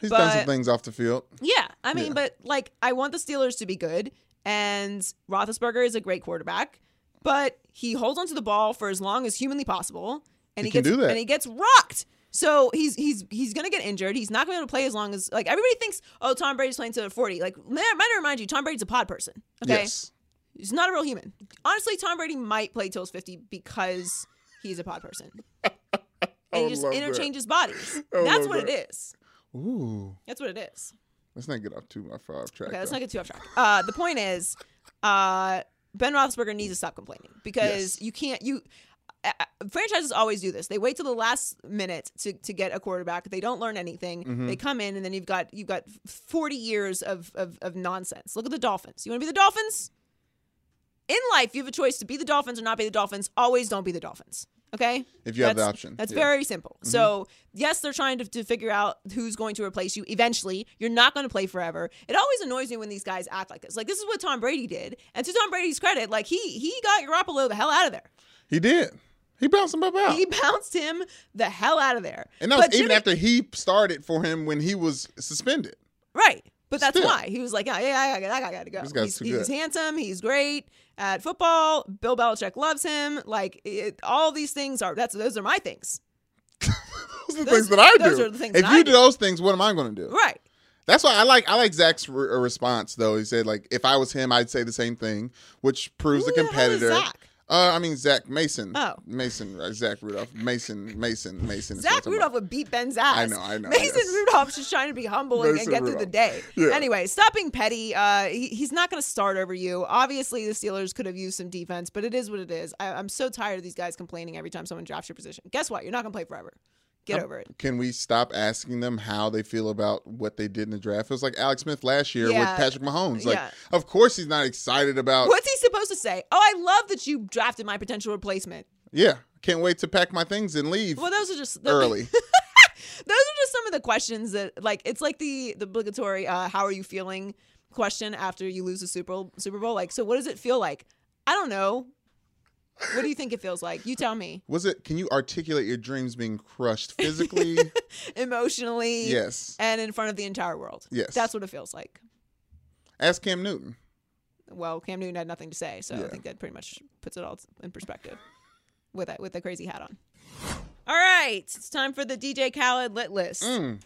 B: He's done some
A: But-
B: things off the field.
A: Yeah, I mean,
B: Yeah.
A: but like, I want the Steelers to be good, and Roethlisberger is a great quarterback, but he holds onto the ball for as long as humanly possible, and he,
B: He can
A: gets
B: do that.
A: and he gets rocked. So he's he's he's gonna get injured. He's not gonna be able to play as long as like everybody thinks. Oh, Tom Brady's playing to forty. Like, may, might I remind you, Tom Brady's a pod person. Okay,
B: Yes.
A: he's not a real human. Honestly, Tom Brady might play till he's fifty because he's a pod person, and
B: would
A: he just
B: love that.
A: interchanges bodies.
B: would
A: That's
B: love
A: what
B: that.
A: it is.
B: Ooh.
A: That's what it is.
B: Let's not get off too far off track.
A: Okay, let's
B: though.
A: not get too off track. Uh, the point is, uh, Ben Roethlisberger needs to stop complaining because
B: Yes.
A: you can't. You uh, uh, franchises always do this. They wait till the last minute to, to get a quarterback. They don't learn anything.
B: Mm-hmm.
A: They come in and then you've got you've got forty years of of, of nonsense. Look at the Dolphins. You want to be the Dolphins? In life, you have a choice to be the Dolphins or not be the Dolphins. Always don't be the Dolphins. Okay.
B: If you have the
A: That's-
B: option.
A: That's
B: Yeah. Mm-hmm.
A: very simple. So yes, they're trying to, to figure out who's going to replace you eventually. You're not going to play forever. It always annoys me when these guys act like this. Like this is what Tom Brady did, and to Tom Brady's credit, like he he got Garoppolo the hell out of there.
B: He did. He bounced him up out.
A: He bounced him the hell out of there.
B: and that was
A: But
B: even
A: Jimmy-
B: after he started for him when he was suspended.
A: Right. But that's
B: Still.
A: why he was like, yeah, yeah, yeah, I got, I got to go.
B: This guy's
A: he's,
B: too
A: he's
B: good.
A: handsome. He's great at football. Bill Belichick loves him. Like it, all these things are that's those are my things.
B: Those are the
A: Those-
B: things that I do.
A: those are the things
B: if
A: that
B: you
A: I
B: do
A: do.
B: those things, what am I going to do?
A: Right.
B: That's why I like I like Zach's re- uh, response though. He said like if I was him, I'd say the same thing, which proves
A: Who
B: a
A: the hell is
B: competitor.
A: Zach?
B: Uh, I mean Zach Mason.
A: Oh.
B: Mason, right? Zach Rudolph. Mason, Mason, Mason. is what I'm
A: Zach
B: talking
A: Rudolph
B: about.
A: would beat Ben's ass.
B: I know, I know,
A: Mason
B: yes.
A: Rudolph's just trying to be humble and, and
B: Mason
A: get through the day.
B: Rudolph. Yeah.
A: Anyway, stop being petty. Uh, he, he's not going to start over you. Obviously, the Steelers could have used some defense, but it is what it is. I, I'm so tired of these guys complaining every time someone drafts your position. Guess what? You're not going to play forever. Get over it.
B: Can we stop asking them how they feel about what they did in the draft? It was like Alex Smith last year with
A: Yeah.
B: Patrick Mahomes. Like,
A: Yeah.
B: of course he's not excited about.
A: What's he supposed to say? Oh, I love that you drafted my potential replacement.
B: Yeah, can't wait to pack my things and leave
A: Well, those are just the-
B: early.
A: those are just some of the questions that like it's like the the obligatory uh how are you feeling question after you lose the super bowl super bowl like so what does it feel like i don't know what do you think it feels like you tell me
B: Was it? Can you articulate your dreams being crushed physically?
A: emotionally
B: yes.
A: and in front of the entire world
B: Yes.
A: that's what it feels like
B: Ask Cam Newton.
A: well cam newton had nothing to say so
B: Yeah.
A: i think that pretty much puts it all in perspective with a, with a crazy hat on. All right, it's time for the DJ Khaled lit list.
B: Mm.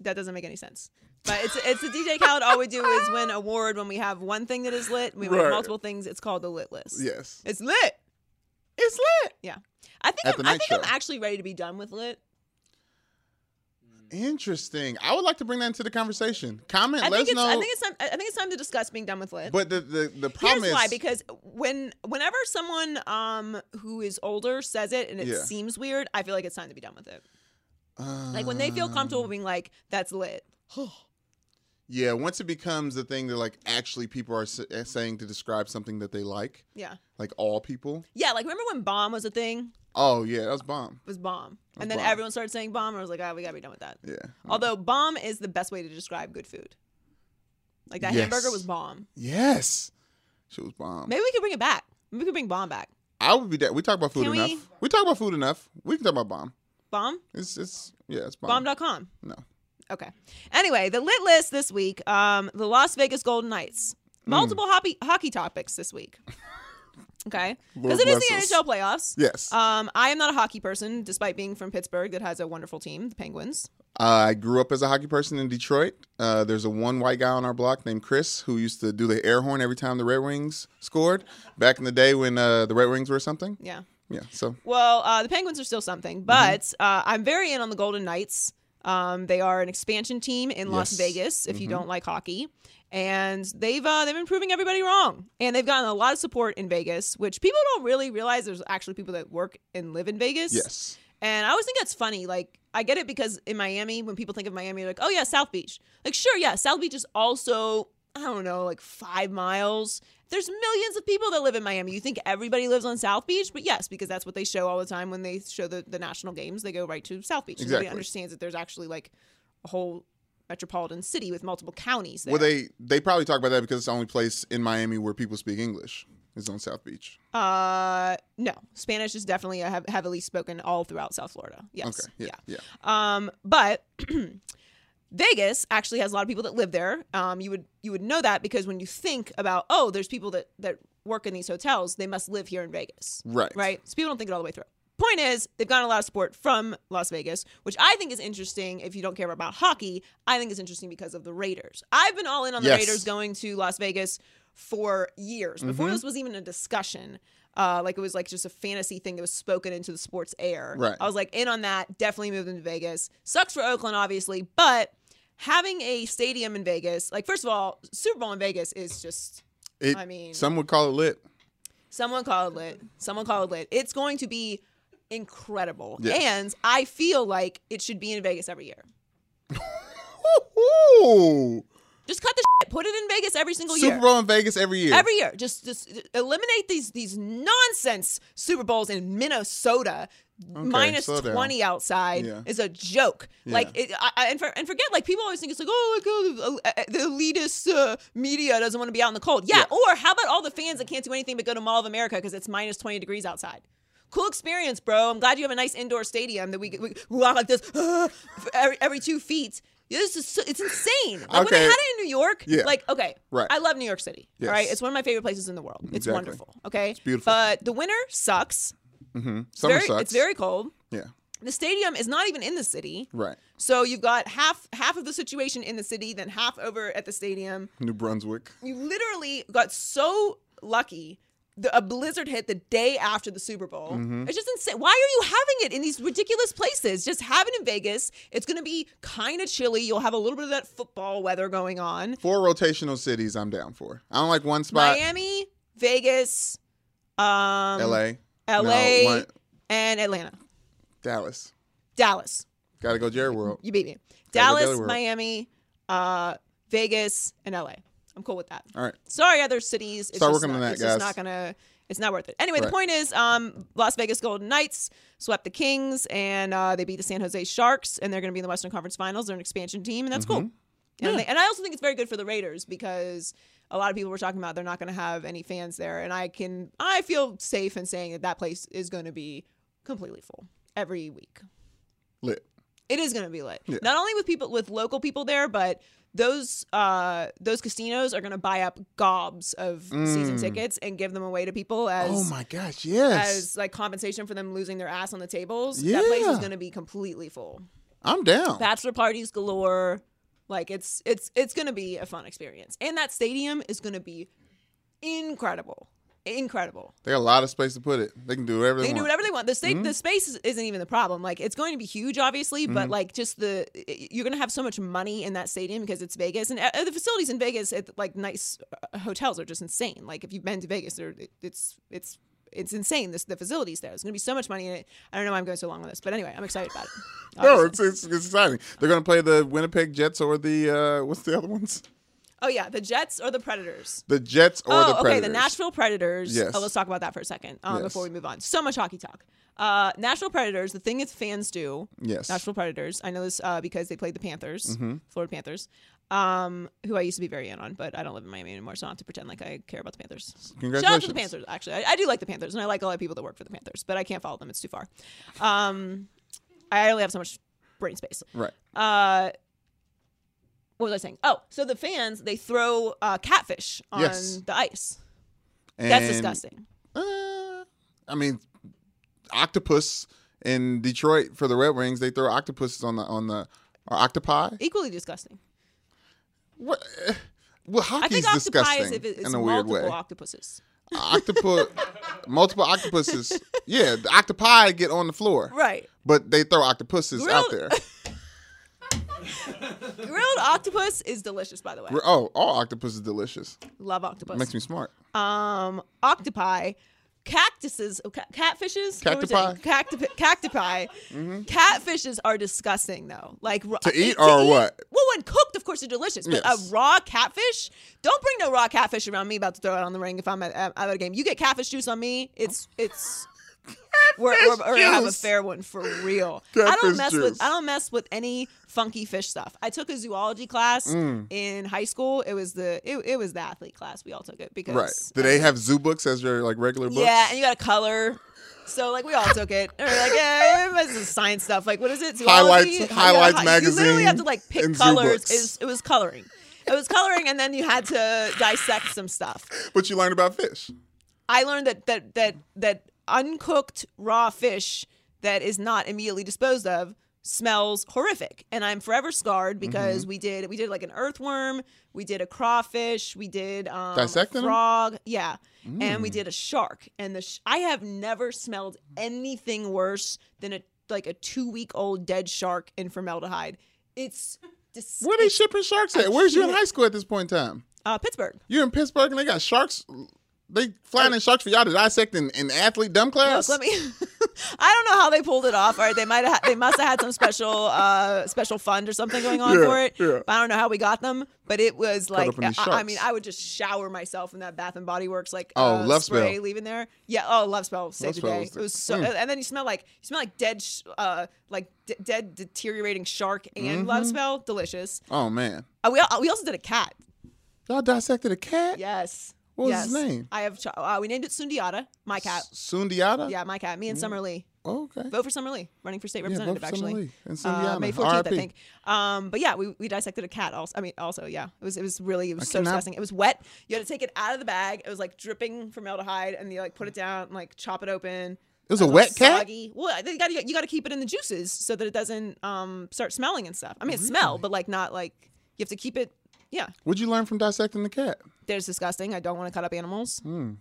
A: That doesn't make any sense. But it's it's the DJ Khaled. All we do is win award when we have one thing that is lit. We win
B: Right.
A: multiple things. It's called the lit list.
B: Yes.
A: it's lit. It's lit. Yeah, I think
B: At
A: I'm,
B: the
A: I
B: night
A: think I'm
B: show.
A: actually ready to be done with lit.
B: Interesting. I would like to bring that into the conversation. Comment.
A: I
B: let
A: think
B: us
A: it's
B: know.
A: I think it's time I think it's time to discuss being done with lit.
B: but the the, the
A: Here's
B: problem
A: why:
B: is
A: because when whenever someone um who is older says it and it
B: Yeah.
A: seems weird, I feel like it's time to be done with it. like when they feel
B: um, Ah.
A: comfortable being like, "That's lit."
B: yeah, once it becomes the thing that like actually people are s- uh, saying to describe something that they like,
A: Yeah,
B: like all people.
A: yeah. Like remember when bomb was a thing?
B: Oh yeah, that was bomb.
A: It was bomb,
B: was
A: and then
B: bomb. Mm.
A: everyone started saying bomb, and I was like, "Ah, we gotta be done with that."
B: Yeah.
A: Although bomb is the best way to describe good food. Like that
B: Yes.
A: hamburger was bomb.
B: Yes. She was bomb.
A: Maybe we could bring it back. Maybe we could bring bomb back.
B: I would be that. We talk about food
A: Can
B: enough.
A: we-
B: We? talk about food enough. We can talk about bomb.
A: Bomb.
B: It's it's yeah, it's bomb.
A: Bomb.com.
B: No.
A: Okay. Anyway, the lit list this week, um, the Las Vegas Golden Knights.
B: Hmm.
A: Multiple hockey hockey topics this week. Okay. Because it
B: Lord
A: is the
B: bless us.
A: NHL playoffs.
B: Yes.
A: Um, I am not a hockey person, despite being from Pittsburgh that has a wonderful team, the Penguins.
B: I grew up as a hockey person in Detroit. Uh, there's a one white guy on our block named Chris who used to do the air horn every time the Red Wings scored back in the day when uh, the Red Wings were something.
A: Yeah.
B: Yeah. So
A: Well, uh, the Penguins are still
B: Mm-hmm.
A: something, but uh, I'm very in on the Golden Knights. Um, they are an expansion team in Las
B: Yes. Mm-hmm.
A: Vegas. If you don't like hockey, and they've uh, they've been proving everybody wrong, and they've gotten a lot of support in Vegas, which people don't really realize. There's actually people that work and live in Vegas.
B: yes.
A: And I always think that's funny. Like, I get it because in Miami, when people think of Miami, they're like, oh, yeah, South Beach. Like, sure, yeah, South Beach is also, I don't know, like five miles. There's millions of people that live in Miami. You think everybody lives on South Beach? But yes, because that's what they show all the time when they show the, the national games. They go right to South Beach. Nobody
B: Exactly.
A: understands that there's actually like a whole metropolitan city with multiple counties there.
B: Well, they they probably talk about that because it's the only place in Miami where people speak English is on South Beach.
A: uh, no, Spanish is definitely heav- heavily spoken all throughout South Florida. Yes.
B: Okay. Yeah. Yeah.
A: Um, but Vegas actually has a lot of people that live there. Um, you would you would know that because when you think about oh, there's people that that work in these hotels, they must live here in Vegas,
B: Right.
A: Right. So people don't think it all the way through. Point is, they've gotten a lot of support from Las Vegas, which I think is interesting. If you don't care about hockey, I think it's interesting because of the Raiders. I've been all in on the
B: Yes.
A: Raiders going to Las Vegas for years before
B: Mm-hmm.
A: this was even a discussion. Uh, like it was like just a fantasy thing that was spoken into the sports air.
B: Right.
A: I was like in on that. Definitely moved into Vegas. Sucks for Oakland, obviously, but having a stadium in Vegas, like first of all, Super Bowl in Vegas is just
B: It,
A: I mean-
B: some would call it lit.
A: Someone call it lit. Someone call it lit. It's going to be incredible.
B: Yes.
A: And I feel like it should be in Vegas every year.
B: Ooh.
A: Just cut the shit. Put it in Vegas every single
B: Super
A: year.
B: Bowl in Vegas every year.
A: Every year. Just just eliminate these these nonsense Super Bowls in Minnesota. Minus
B: slow down.
A: 20 outside
B: Yeah.
A: is a joke.
B: Yeah.
A: Like, it, I, I, and, for, and forget, like, people always think it's like, oh, like, oh, uh, uh, the elitist uh, media doesn't want to be out in the cold. Yeah, Or how about all the fans that can't do anything but go to Mall of America because it's minus 20 degrees outside? Cool experience, bro. I'm glad you have a nice indoor stadium that we, we walk like this uh, for every, every two feet. This is so, it's insane. Like when I
B: Okay.
A: had it in New York,
B: Yeah.
A: like okay,
B: Right.
A: I love New York City.
B: Yes.
A: All right, it's one of my favorite places in the world. It's
B: Exactly.
A: wonderful. Okay, it's
B: beautiful.
A: But the winter sucks.
B: Summer
A: very,
B: sucks.
A: It's very cold.
B: yeah.
A: The stadium is not even in the city.
B: Right.
A: So you've got half half of the situation in the city, then half over at the stadium.
B: New Brunswick.
A: You literally got so lucky. The, a blizzard hit the day after the Super Bowl.
B: Mm-hmm.
A: It's just insane. Why are you having it in these ridiculous places? Just have it in Vegas. It's going to be kind of chilly. You'll have a little bit of that football weather going on.
B: Four rotational cities I'm down for. I don't like one spot.
A: Miami, Vegas, um,
B: LA. No,
A: LA,
B: one-
A: and Atlanta.
B: Dallas.
A: Dallas.
B: Gotta go Jerry World.
A: You beat me.
B: Gotta go
A: Dallas,
B: Delaware.
A: Miami, uh, Vegas, and LA. I'm cool with that.
B: All right.
A: Sorry, other cities. It's
B: Start
A: just
B: working
A: not,
B: on that,
A: it's just
B: guys.
A: not gonna. It's not worth it. Anyway, the
B: Right.
A: point is, um, Las Vegas Golden Knights swept the Kings, and uh, they beat the San Jose Sharks, and they're going to be in the Western Conference Finals. They're an expansion team, and that's cool.
B: Mm-hmm.
A: And, they- and I also think it's very good for the Raiders because a lot of people were talking about they're not going to have any fans there, and I can I feel safe in saying that that place is going to be completely full every week
B: Lit.
A: it is going to be lit. Not only with people with local people there, but those uh those casinos are going to buy up gobs of season tickets and give them away to people as
B: Mm. Oh my gosh, yes.
A: as like compensation for them losing their ass on the tables. That place is
B: Yeah.
A: going to be completely full.
B: I'm down.
A: Bachelor parties galore. Like it's it's it's going to be a fun experience. And that stadium is going to be incredible. Incredible.
B: they got a lot of space to put it. They can do whatever they,
A: They can do
B: want.
A: whatever they want. The state,
B: Mm-hmm.
A: the space is- isn't even the problem. Like it's going to be huge, obviously, but like just the you're going to have so much money in that stadium because it's Vegas, and uh, the facilities in Vegas at like nice uh, hotels are just insane. Like if you've been to Vegas, they're, it- it's it's it's insane. This the facilities there. There's going to be so much money in it. I don't know why I'm going so long on this, but anyway, I'm excited about it.
B: No,
A: obviously.
B: it's, it's, it's exciting. They're gonna play the Winnipeg Jets or the uh, what's the other ones?
A: oh yeah, the Jets or the Predators.
B: The Jets or
A: oh,
B: the Predators.
A: okay, the Nashville Predators.
B: Yes.
A: Oh, let's talk about that for a second um,
B: Yes.
A: before we move on. So much hockey talk. Uh, Nashville Predators. The thing is, fans do.
B: Yes.
A: Nashville Predators. I know this uh, because they played the Panthers,
B: Mm-hmm.
A: Florida Panthers, um, who I used to be very in on, but I don't live in Miami anymore, so I don't have to pretend like I care about the Panthers. Shout out to the
B: Congratulations.
A: Panthers, actually. I, I do like the Panthers, and I like a lot of people that work for the Panthers, but I can't follow them. It's too far. Um, I only have so much brain space
B: Right.
A: uh what was I saying? Oh, so the fans they throw uh, catfish on
B: Yes.
A: the ice. That's
B: And,
A: disgusting.
B: uh, I mean, octopus in Detroit for the Red Wings. They throw octopuses on the on the or octopi.
A: Equally disgusting.
B: What? Well,
A: I
B: hockey's
A: think octopi
B: disgusting
A: is if it- it's
B: in a weird
A: multiple
B: way.
A: octopuses.
B: Octopus, multiple octopuses. Yeah, the octopi get on the floor,
A: Right.
B: but they throw octopuses out there.
A: Grilled- Grilled octopus is delicious, by the way.
B: We're- oh, all octopus is delicious.
A: Love octopus.
B: Makes me smart.
A: um, octopi, cactuses, oh, ca- catfishes, What were we saying? Cacti- cacti, catfishes are disgusting though. Like ra-
B: To eat or what?
A: Well, when cooked, of course, they're delicious. But
B: Yes.
A: a raw catfish, don't bring no raw catfish around me. About to throw it on the ring if I'm at, at, at a game. You get catfish juice on me, it's it's. We're, we're, we're gonna have a
B: juice.
A: fair one for real. I
B: Catfish
A: don't mess
B: juice.
A: with I don't mess with any funky fish stuff. I took a zoology class
B: Mm.
A: in high school. It was the it, it was the athlete class. We all took it because
B: Right? Do they have zoo books as your like regular books?
A: yeah, and you got a color. So like we all took it. And we're like, yeah, this is science stuff. Like what is it?
B: Highlights-
A: Zoology?
B: Highlights
A: Yeah, hi- You literally
B: magazine
A: have to like pick
B: and zoo
A: colors.
B: books.
A: It was, it was coloring. It was coloring, and then you had to dissect some stuff.
B: But you learn about fish.
A: I learned that that that that uncooked raw fish that is not immediately disposed of smells horrific, and I'm forever scarred because we did we did like an earthworm, we did a crawfish, we did um,
B: Dissecting 'em?
A: frog, yeah, and we did a shark. And the sh- I have never smelled anything worse than a like a two week old dead shark in formaldehyde. It's dis-
B: Where they shipping sharks at? Where's you in
A: can't-
B: high school at this point in time?
A: uh, Pittsburgh.
B: You're in Pittsburgh and they got sharks. They flying in sharks for y'all to dissect in, in athlete dumb class.
A: Look, let me. I don't know how they pulled it off. All right, they might have. They must have had some special, uh, special fund or something going on
B: Yeah,
A: for it.
B: yeah.
A: But I don't know how we got them. But it was like,
B: up in these
A: I, I
B: sharks.
A: mean, I would just shower myself in that Bath and Body Works like
B: Oh,
A: uh,
B: love
A: spray
B: spell.
A: leaving there. Yeah. Oh, love spell saved the
B: Love spell
A: day.
B: was
A: It
B: the-
A: was so.
B: Mm.
A: And then you smell like you smell like dead, sh- uh, like d- dead deteriorating shark and
B: Mm-hmm.
A: love spell. Delicious.
B: oh man,
A: Uh, we al- we also did a cat.
B: y'all dissected a cat.
A: Yes.
B: What was
A: yes.
B: his name?
A: I have. Ch- uh, we named it Sundiata. My cat.
B: Sundiata.
A: Yeah, my cat. Me and Summer Lee.
B: Oh, okay.
A: Vote for Summer Lee, running for state
B: vote
A: representative.
B: for Summer
A: actually,
B: Lee and
A: Uh,
B: Sundiana,
A: May fourteenth, I
B: RIP.
A: think. Um, but yeah, we, we dissected a cat. Also, I mean, also yeah, it was it was really it was so
B: cannot-
A: disgusting. It was wet. You had to take it out of the bag. It was like dripping formaldehyde, and you like put it down, and, like chop it open. It
B: was a wet cat?
A: Soggy. Well, you got you got to keep it in the juices so that it doesn't um start smelling and stuff. I
B: Oh,
A: mean, it smell, but like not like you have to keep it. Yeah,
B: What'd you learn from dissecting the cat?
A: there's disgusting. I don't want to cut up animals.
B: Hmm.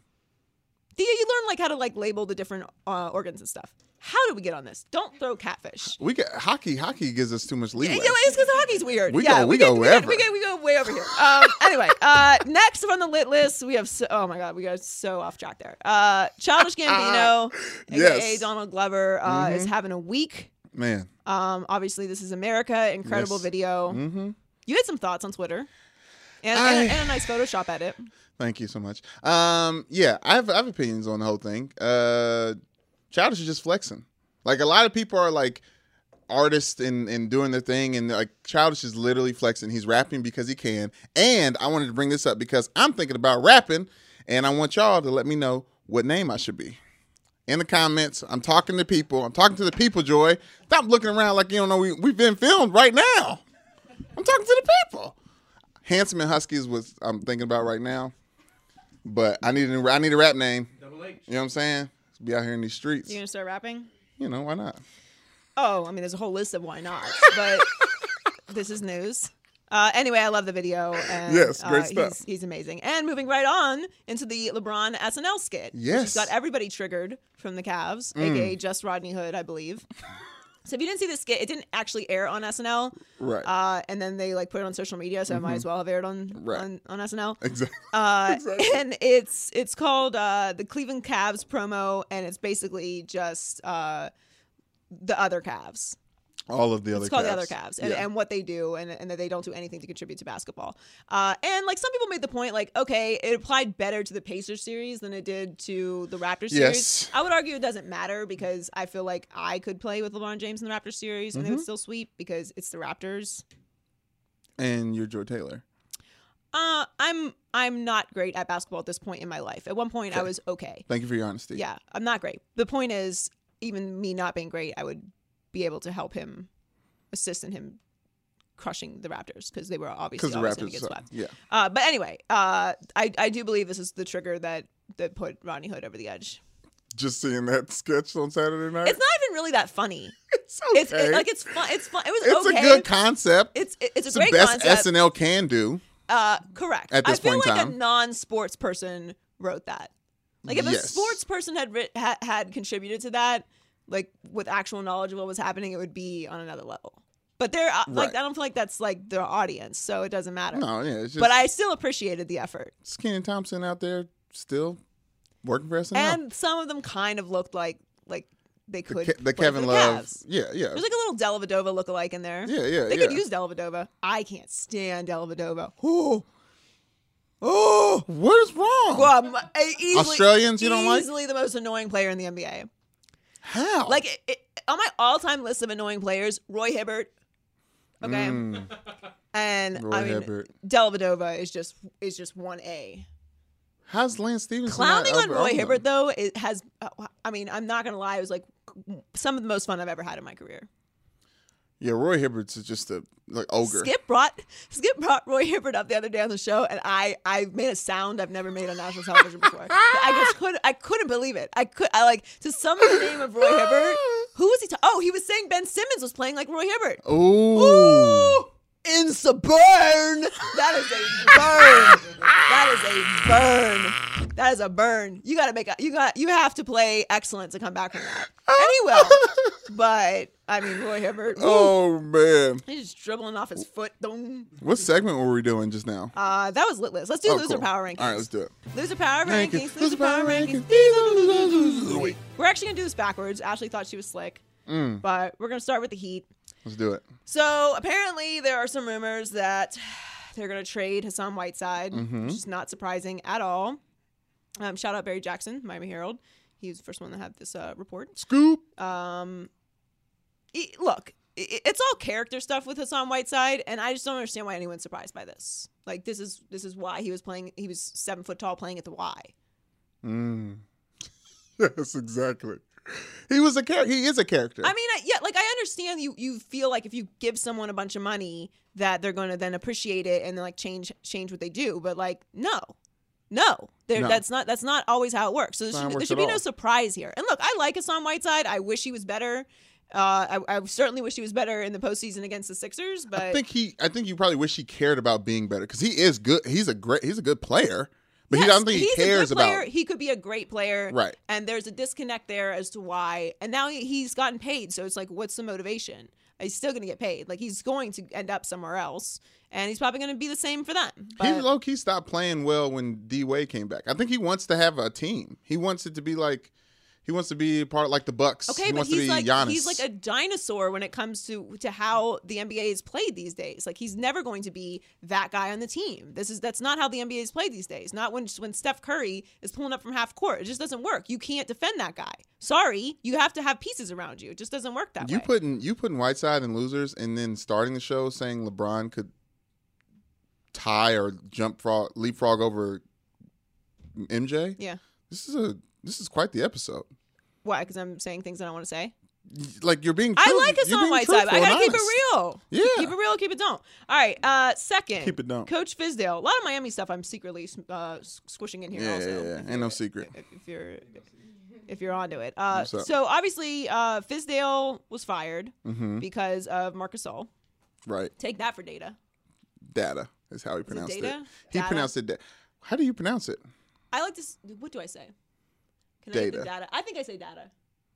A: Yeah, you learn like how to like label the different uh, organs and stuff. How do we get on this? Don't throw catfish.
B: We get hockey. Hockey gives us too much leeway.
A: Yeah, it's because hockey's weird.
B: We
A: yeah,
B: go- we
A: get-
B: go
A: get-
B: wherever.
A: We go, we go way over here. Um, anyway, uh, next on the lit list, we have so, oh my god, we got so off track there. Uh, Childish Gambino, aka
B: Ah, Yes. Mm-hmm.
A: Donald Glover, uh, is having a week.
B: Man,
A: Um, obviously, this is America. Incredible
B: Yes.
A: video. Mm-hmm. You had some thoughts on Twitter, and, and,
B: I-
A: and a nice Photoshop edit.
B: thank you so much. Um, yeah, I have I have opinions on the whole thing. Uh, Childish is just flexing. Like a lot of people are like artists and and doing their thing, and like Childish is literally flexing. He's rapping because he can. And I wanted to bring this up because I'm thinking about rapping, and I want y'all to let me know what name I should be. in the comments. I'm talking to people. I'm talking to the people, Joy. Stop looking around like you don't know we, we've been filmed right now. I'm talking to the people. Handsome and Husky is what I'm thinking about right now. But I need a, I need a rap name.
D: Double H.
B: You know what I'm saying? Be out here in these streets.
A: You're gonna start rapping?
B: You know why not?
A: Oh, I mean, there's a whole list of why not, but this is news. Uh, anyway, I love the video. And,
B: Yes, great
A: uh,
B: stuff.
A: He's, he's amazing. And moving right on into the LeBron SNL skit. which
B: Yes. Mm.
A: has got everybody triggered from the Cavs, aka just Rodney Hood, I believe. So if you didn't see this skit, it didn't actually air on SNL.
B: Right.
A: Uh, and then they like put it on social media, so it might as well have aired on
B: Mm-hmm. Right.
A: on, on SNL.
B: exactly.
A: Uh,
B: Exactly.
A: And it's it's called uh, the Cleveland Cavs promo, and it's basically just uh, the other Cavs.
B: All of the other.
A: It's called
B: Cavs.
A: the other Cavs, and,
B: Yeah.
A: and what they do, and, and that they don't do anything to contribute to basketball. Uh, and like some people made the point, like okay, it applied better to the Pacers series than it did to the Raptors
B: Yes.
A: series. I would argue it doesn't matter because I feel like I could play with LeBron James in the Raptors series, and they
B: Mm-hmm.
A: would still sweep because it's the Raptors.
B: and you're Joe Taylor.
A: Uh, I'm I'm not great at basketball at this point in my life. At one point, I was okay.
B: Thank you for your honesty.
A: Yeah, I'm not great. The point is, even me not being great, I would be able to help him, assist in him crushing the Raptors because they were obviously
B: Because the
A: always going to get
B: Raptors. suck.
A: swept.
B: yeah.
A: Uh, but anyway, uh, I I do believe this is the trigger that that put Ronnie Hood over the edge.
B: Just seeing that sketch on Saturday night.
A: It's not even really that funny.
B: It's okay.
A: It's it, like it's fun. It's fun. It was
B: It's
A: okay.
B: a good concept.
A: it's it- it's a
B: It's the
A: great
B: best
A: concept.
B: SNL can do.
A: Uh, correct.
B: At this
A: I feel
B: point in
A: like a
B: time.
A: non-sports person wrote that. Like if a
B: Yes.
A: sports person had writ- ha- had contributed to that, like with actual knowledge of what was happening, it would be on another level. But they're uh, like
B: Right.
A: I don't feel like that's like their audience, so it doesn't matter.
B: No, yeah, it's just
A: but I still appreciated the effort,
B: it's Kenan Thompson out there still working for SNL.
A: and some of them kind of looked like like they
B: the,
A: could.
B: Ke- the
A: play for
B: Kevin
A: the
B: Love.
A: Cavs.
B: Yeah, yeah.
A: There's like a little Dellavedova lookalike in there.
B: Yeah, yeah,
A: They could
B: yeah.
A: use Dellavedova. I can't stand Dellavedova.
B: oh, oh, what is wrong?
A: Well, um, I easily,
B: Australians you don't like?
A: Easily the most annoying player in the NBA.
B: How?
A: Like it, it, on my all-time list of annoying players, Roy Hibbert. Okay, and
B: Mm. Roy
A: I mean
B: Hibbert.
A: Dellavedova is just is just one A.
B: how's Lance Stevenson? not
A: Clowning on
B: over- Oh,
A: Roy
B: over
A: Hibbert
B: them?
A: though it has. uh, I mean, I'm not gonna lie. It was like some of the most fun I've ever had in my career.
B: Yeah, Roy Hibbert's just a like ogre.
A: Skip brought Skip brought Roy Hibbert up the other day on the show, and I I made a sound I've never made on national television before. I just could I couldn't believe it. I could I like to sum up the name of Roy Hibbert. Who was he? Ta- oh, he was saying Ben Simmons was playing like Roy Hibbert.
B: Ooh.
A: It's a burn. That is a burn. that is a burn. That is a burn. You gotta make a you got you have to play excellent to come back from that. Anyway, but I mean Roy Hibbert. woo,
B: Oh man,
A: He's just dribbling off his foot. Dong.
B: what segment were we doing just now?
A: Uh, that was lit list. Let's do
B: Oh,
A: loser
B: cool.
A: power rankings.
B: All right, let's do it.
A: Loser power rankings. Loser power rankings.
B: These are the losers of the week.
A: We're actually gonna do this backwards. Ashley thought she was slick,
B: Mm.
A: but we're gonna start with the Heat.
B: Let's do it.
A: So apparently there are some rumors that they're gonna trade Hassan Whiteside,
B: Mm-hmm.
A: which is not surprising at all. Um, shout out Barry Jackson, Miami Herald. He was the first one to have this uh, report.
B: Scoop.
A: E- look, i- i- it's all character stuff with Hassan Whiteside, and I just don't understand why anyone's surprised by this. Like this is this is why he was playing. He was seven foot tall playing at the Y.
B: Mm. Yes, exactly. He was a char- He is a character.
A: I mean, I, yeah, like I understand you. You feel like if you give someone a bunch of money, that they're going to then appreciate it and then like change change what they do. But like, no, no, There
B: No.
A: that's not that's not always how it works. So there
B: not
A: should,
B: how it
A: there
B: works
A: should
B: at
A: be no
B: all.
A: surprise here. And look, I like Hassan Whiteside. I wish he was better. Uh, I, I certainly wish he was better in the postseason against the Sixers. But
B: I think he. I think you probably wish he cared about being better because he is good. He's a great. He's a good player, but he, I don't think he
A: he's
B: cares
A: a good player.
B: about.
A: He could be a great player,
B: Right.
A: And there's a disconnect there as to why. And now he- he's gotten paid, so it's like, what's the motivation? He's still going to get paid. Like he's going to end up somewhere else, and he's probably going to be the same for them.
B: He
A: But
B: low key stopped playing well when D Wade came back. I think he wants to have a team. He wants it to be like. He wants to be part like the Bucks.
A: okay,
B: he
A: but
B: wants to
A: he's
B: be
A: like
B: Giannis.
A: he's like a dinosaur when it comes to to how the NBA is played these days. Like he's never going to be that guy on the team. This is that's not how the NBA is played these days. Not when when Steph Curry is pulling up from half court. It just doesn't work. You can't defend that guy. Sorry, you have to have pieces around you. It just doesn't work that
B: you
A: way.
B: putting you putting Whiteside and losers, and then starting the show saying LeBron could tie or jump frog leapfrog over MJ.
A: Yeah.
B: This is a this is quite the episode.
A: Why? Because I'm saying things that I want to say.
B: like you're being.
A: I
B: truth-
A: like us
B: you're
A: on
B: being
A: White Side.
B: truthful
A: I gotta
B: and
A: keep
B: honest.
A: it real.
B: Yeah.
A: keep it real. Keep it don't. All right. Uh, second,
B: Keep it don't.
A: Coach Fizdale. A lot of Miami stuff I'm secretly uh, s- squishing in here.
B: Yeah,
A: also,
B: yeah, yeah. Ain't no secret.
A: If, if you're if you're onto it. Uh,
B: What's up?
A: so obviously, uh, Fizdale was fired
B: Mm-hmm.
A: because of Marcus All.
B: Right.
A: Take that for data.
B: Data is how he pronounced it.
A: data?
B: He
A: Data?
B: pronounced it. Da- how do you pronounce it?
A: I like to. s- What do I say? Can I get the
B: Data.
A: data? I think I say data.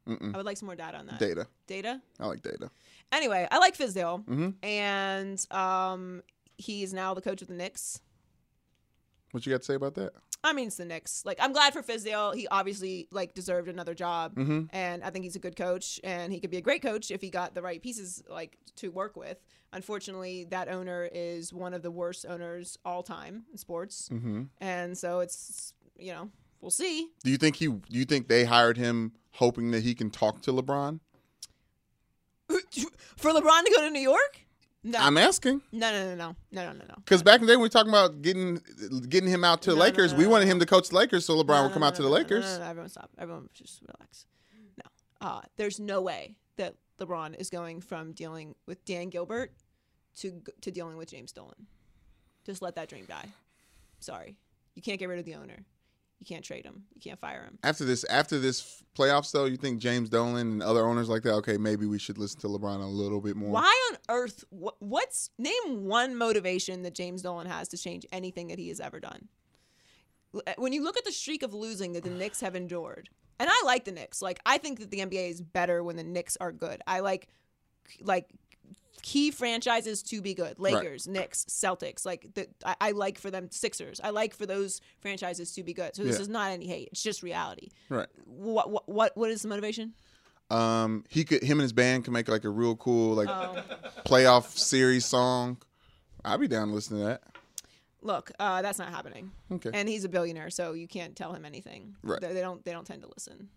A: I would like some more data on that.
B: Data.
A: Data.
B: I like data.
A: Anyway, I like Fizdale,
B: Mm-hmm.
A: and um, he's now the coach of the Knicks.
B: What you got to say about that?
A: I mean, it's the Knicks. Like, I'm glad for Fizdale. He obviously like deserved another job,
B: Mm-hmm.
A: and I think he's a good coach, and he could be a great coach if he got the right pieces like to work with. Unfortunately, that owner is one of the worst owners all time in sports, and so it's you know we'll see.
B: Do you think he? Do you think they hired him hoping that he can talk to LeBron?
A: For LeBron to go to New York? No,
B: I'm asking.
A: no, no, no, no, no, no, no, no.
B: Because back in the day, when we were talking about getting getting him out to the
A: No, no,
B: Lakers,
A: no,
B: we
A: no,
B: wanted
A: no.
B: him to coach the Lakers, so LeBron
A: No,
B: would
A: no,
B: come
A: no,
B: out to
A: no,
B: the
A: no, no,
B: Lakers.
A: No, no, no, everyone stop. Everyone just relax. No. Uh, there's no way that LeBron is going from dealing with Dan Gilbert to g- to dealing with James Dolan. Just let that dream die. Sorry. You can't get rid of the owner. You can't trade him. You can't fire him.
B: After this, after this playoffs, though, you think James Dolan and other owners like that? Okay, maybe we should listen to LeBron a little bit more.
A: Why on earth? Wh- what's name one motivation that James Dolan has to change anything that he has ever done? L- eh, When you look at the streak of losing that the Knicks have endured, and I like the Knicks. Like I think that the NBA is better when the Knicks are good. I like like key franchises to be good. Lakers, Knicks, Celtics. Like the, I, I like for them Sixers. I like for those franchises to be good. So this
B: Yeah.
A: is not any hate. It's just reality.
B: Right.
A: What what what, what is the motivation?
B: Um, he could, him and his band can make like a real cool like
A: Oh.
B: playoff series song. I'd be down to listen to that.
A: look, uh, that's not happening.
B: Okay.
A: And he's a billionaire, so you can't tell him anything.
B: Right.
A: They, they don't. They don't tend to listen.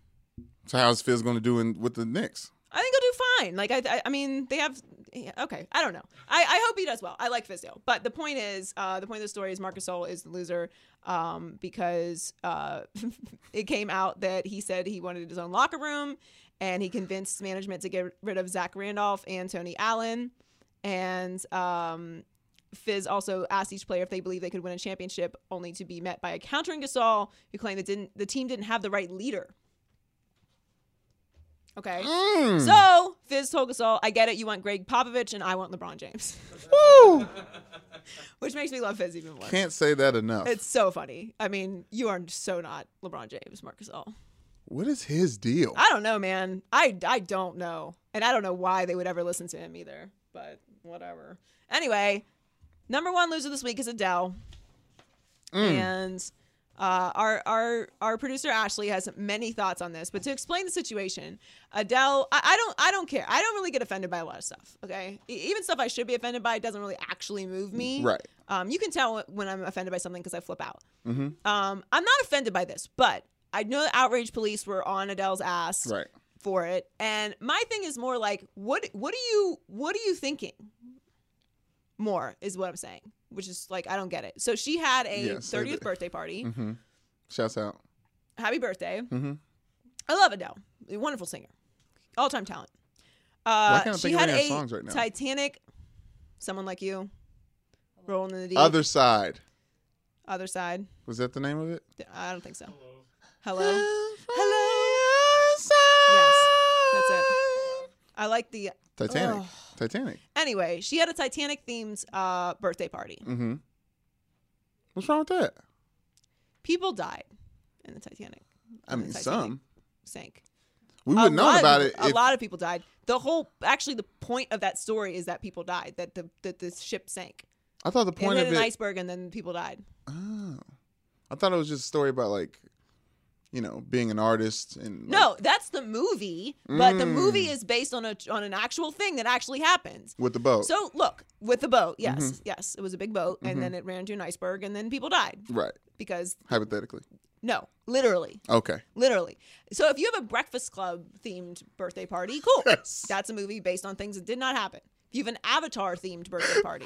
B: So how's Fizz going to do in, with the Knicks?
A: I think he'll do fine. Like I, I, I mean, they have. yeah, okay, I don't know. I, I hope he does well. I like Fizdale, but the point is, uh, the point of the story is Marcus Ole is the loser um, because uh, it came out that he said he wanted his own locker room, and he convinced management to get rid of Zach Randolph and Tony Allen, and um, Fizz also asked each player if they believe they could win a championship, only to be met by a countering Gasol who claimed that didn't the team didn't have the right leader. Okay. Hmm. So Fizz told Gasol, "I get it. You want Greg Popovich, and I want LeBron James."
B: Woo!
A: Which makes me love Fizz even more.
B: Can't say that enough.
A: It's so funny. I mean, you are so not LeBron James, Marcus All.
B: what is his deal?
A: I don't know, man. I, I don't know. And I don't know why they would ever listen to him either, but whatever. Anyway, number one loser this week is Adele.
B: Mm.
A: And uh, our, our, our producer Ashley has many thoughts on this, but to explain the situation, Adele, I, I don't I don't care. I don't really get offended by a lot of stuff. Okay, E- even stuff I should be offended by doesn't really actually move me.
B: Right.
A: Um, you can tell when I'm offended by something because I flip out. Um, I'm not offended by this, but I know the outrage police were on Adele's ass
B: Right.
A: for it, and my thing is more like, what what are you what are you thinking? More is what I'm saying, which is like I don't get it. So she had a
B: Yeah, so
A: 30th
B: the-
A: birthday party.
B: Shouts out. Mm-hmm.
A: Happy birthday! I love Adele, a wonderful singer, all time talent. Uh,
B: Why can't I
A: she
B: think of
A: had
B: any of her
A: a
B: songs right now?
A: Titanic, someone like you, rolling in the deep,
B: Other side.
A: other side.
B: Was that the name of it?
A: I don't think so. Hello.
B: Hello.
A: That's it. I like the
B: Titanic. Titanic.
A: Anyway, she had a Titanic themed uh, birthday party.
B: What's wrong with that?
A: People died in the Titanic.
B: I mean,
A: Titanic.
B: some.
A: Sank.
B: We would have
A: lot
B: known
A: of
B: about it.
A: people- A
B: if-
A: lot of people died. The whole, actually, the point of that story is that people died. That the that the ship sank.
B: I thought the
A: It
B: point
A: hit
B: of
A: an
B: it.
A: iceberg and then people died.
B: I thought it was just a story about like, you know, being an artist and like, Mm.
A: No, that's the movie, but the movie is based on a on an actual thing that actually happened.
B: with the boat.
A: So look, with the boat, yes,
B: Mm-hmm.
A: yes, it was a big boat, and then it ran into an iceberg, and then people died
B: right.
A: because
B: Hypothetically.
A: no, literally,
B: Okay.
A: Literally. So if you have a Breakfast Club themed birthday party, cool.
B: Yes.
A: That's a movie based on things that did not happen. If you have an Avatar themed birthday party,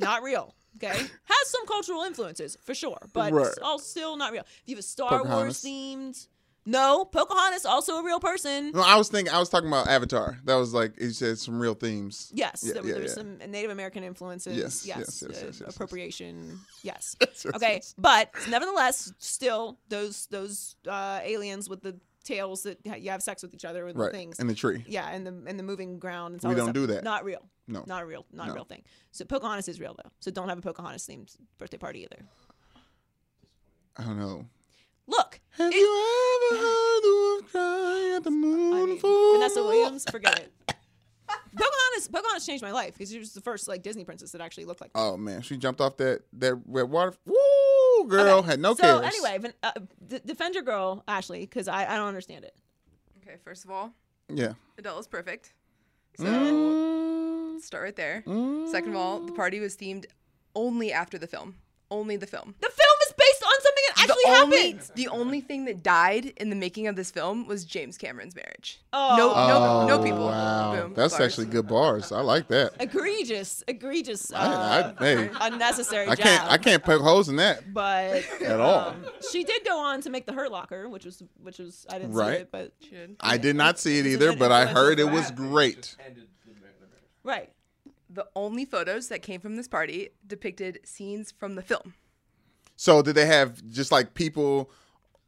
A: not real. Okay. Has some cultural influences for sure, but
B: Right.
A: all still not real. If you have a Star Wars
B: Pocahontas.
A: themed No, Pocahontas also a real person.
B: No, I was thinking. I was talking about Avatar. That was like it said some real themes.
A: Yes,
B: Yeah,
A: there, was
B: yeah,
A: there was
B: yeah.
A: some Native American influences.
B: Yes,
A: Yes,
B: yes, yes,
A: uh,
B: yes, yes, yes.
A: appropriation. Yes.
B: yes,
A: okay,
B: yes.
A: but nevertheless, still those those uh, aliens with the tails that ha- you have sex with each other with
B: Right.
A: things.
B: In the tree.
A: yeah, and the and the moving ground. And
B: We
A: all
B: don't
A: stuff.
B: do that.
A: Not real.
B: No.
A: Not a real. Not
B: No.
A: a real thing. So Pocahontas is real though. So don't have a Pocahontas themed birthday party either.
B: I don't know.
A: Look,
B: Have
A: it-
B: you ever heard the wolf cry at the
A: I
B: moon
A: mean,
B: for?
A: Vanessa Williams, forget it. Pocahontas, Pocahontas changed my life because she was the first like Disney princess that actually looked like.
B: Oh man, she jumped off that that red water. Woo, girl had no
A: so
B: cares.
A: anyway, Van- uh, d- defend your girl Ashley because I, I don't understand it.
G: Okay, first of all,
B: yeah.
G: Adele is perfect. So
B: Mm.
G: let's start right there. Second of all, the party was themed only after the film. Only the film.
A: The film is based on something that actually
G: the
A: happened.
G: only, the only thing that died in the making of this film was James Cameron's marriage.
A: Oh.
G: No,
B: Oh,
G: no, no people.
B: Wow,
G: Boom.
B: that's
G: Bars.
B: actually good bars. I like that.
A: egregious, egregious,
B: I,
A: uh,
B: I, hey,
A: unnecessary
B: I
A: job. Um,
B: can't I can't poke holes in that
A: But
B: at all.
A: she did go on to make the Hurt Locker, which was which was I didn't
B: Right.
A: see it, but
B: I did not see it
A: It's
B: either,
A: an
B: but I
A: influential
B: heard it
A: rap.
B: was great.
D: ended the ma- the marriage.
A: right.
G: The only photos that came from this party depicted scenes from the film.
B: So did they have just like people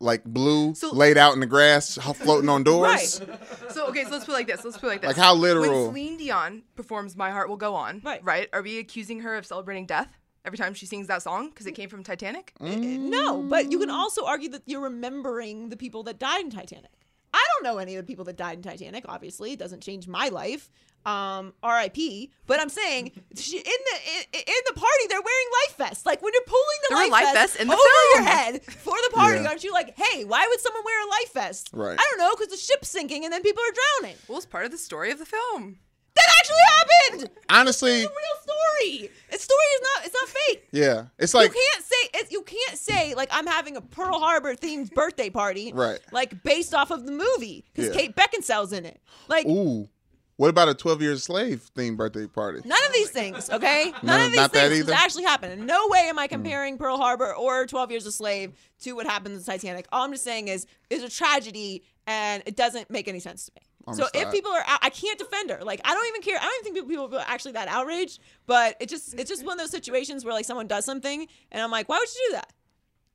B: like blue
G: So-
B: laid out in the grass ho- floating on doors?
A: Right.
G: So okay, so let's put it like this. Let's put it like this.
B: Like, how literal?
G: When Celine Dion performs "My Heart Will Go On,"
A: Right.
G: Right? Are we accusing her of celebrating death every time she sings that song because it came from Titanic?
A: No, but you
G: Mm.
A: can also argue that you're remembering the people that died in Titanic. I don't know any of the people that died in Titanic. Obviously, it doesn't change my life. Um, R.I.P. But I'm saying she, in the in, in the party they're wearing life vests. Like when you're pulling the
G: There were
A: life,
G: life
A: vests
G: vests in the
A: over
G: film.
A: your head for the party,
B: Yeah.
A: aren't you like, hey, why would someone wear a life vest?
B: Right.
A: I don't know, because the ship's sinking and then people are drowning.
G: Well, it's part of the story of the film.
A: That actually happened.
B: Honestly,
A: It's a real story. The story is not. It's not fake.
B: yeah. It's like
A: you can't say it's, you can't say like I'm having a Pearl Harbor themed birthday party,
B: Right.
A: Like based off of the movie because
B: Yeah.
A: Kate Beckinsale's in it. Like
B: ooh. What about a 12 years slave themed birthday party?
A: none of these things, okay? None
B: No,
A: of these
B: not that
A: things
B: either? Hmm.
A: actually happened. In no way am I comparing Pearl Harbor or Twelve Years a Slave to what happened in the Titanic. All I'm just saying is it's a tragedy and it doesn't make any sense to me. so
B: Almost
A: if
B: not.
A: people are, out, I can't defend her. Like I don't even care. I don't even think people, people are actually that outraged. But it just, it's just one of those situations where like someone does something, and I'm like, why would you do that?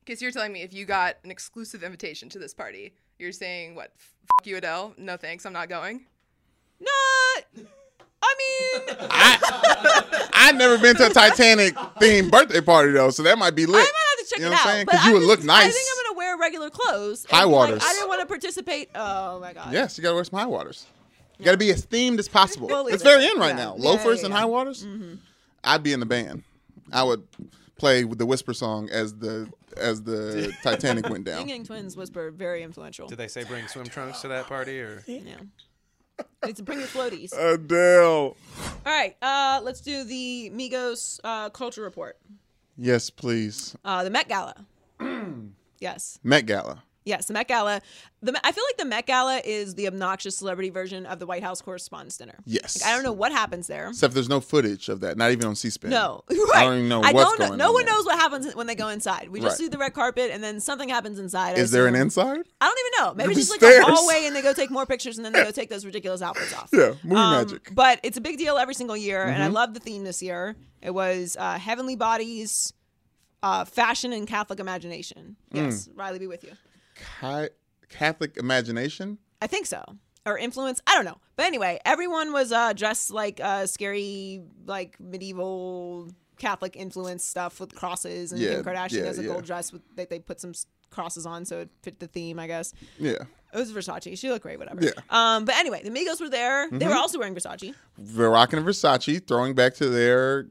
G: Because you're telling me if you got an exclusive invitation to this party, you're saying what? F- you, Adele. No thanks. I'm not going.
A: No, I mean,
B: I I've never been to a Titanic themed birthday party though, so that might be lit.
A: I might have to check
B: you know
A: it
B: what I'm
A: out.
B: saying?
A: but
B: you
A: I'm
B: would
A: just-
B: look nice.
A: I think I'm gonna wear regular clothes. and
B: High
A: be like,
B: waters.
A: I didn't want to participate. Oh my god.
B: Yes, you gotta wear some high waters. You gotta be as themed as possible.
A: We'll leave
B: it's
A: it.
B: very in right
A: Yeah.
B: now.
A: Yeah,
B: Loafers
A: yeah,
B: and
A: yeah. Mm-hmm.
B: high waters. I'd be in the band. I would play with the whisper song as the as the Titanic went
A: Ying
B: down.
A: Yang Twins Whisper very influential.
E: Did they say bring swim trunks to that party or?
A: Yeah. It's bring your floaties.
B: Uh.
A: All
B: Adele.
A: right, uh, let's do the Migos uh, culture report.
B: Yes, please.
A: Uh, the Met Gala. yes,
B: Met Gala.
A: yes, the Met Gala. The Met- I feel like the Met Gala is the obnoxious celebrity version of the White House Correspondents' Dinner.
B: Yes.
A: Like, I don't know what happens there.
B: Except there's no footage of that. Not even on C-SPAN.
A: No,
B: I don't even know
A: I
B: what's
A: don't know.
B: going
A: no
B: on.
A: one
B: there.
A: knows what happens when they go inside. We just
B: Right.
A: see the red carpet, and then something happens inside. I
B: Is there an
A: assume.
B: inside?
A: I don't even know. Maybe
B: Could be
A: it's just like
B: stairs.
A: a hallway, and they go take more pictures, and then they go take those ridiculous outfits off. Um,
B: Yeah, movie magic. Mm-hmm.
A: But it's a big deal every single year, and I love the theme this year. It was uh, heavenly bodies, uh, fashion, and Catholic imagination.
B: Mm.
A: Yes, Riley, be with you.
B: Ca- Catholic imagination.
A: I think so, or influence. I don't know. But anyway, everyone was uh, dressed like uh, scary, like medieval Catholic influence stuff with crosses, and
B: Yeah,
A: Kim Kardashian
B: yeah,
A: has a
B: yeah.
A: gold dress with that they put some s- crosses on, so it fit the theme, I guess.
B: Yeah.
A: It was Versace. She looked great, whatever.
B: Yeah. Mm-hmm.
A: Um, but anyway, the Migos were there. They were also wearing Versace.
B: They're rocking and Versace, throwing back to their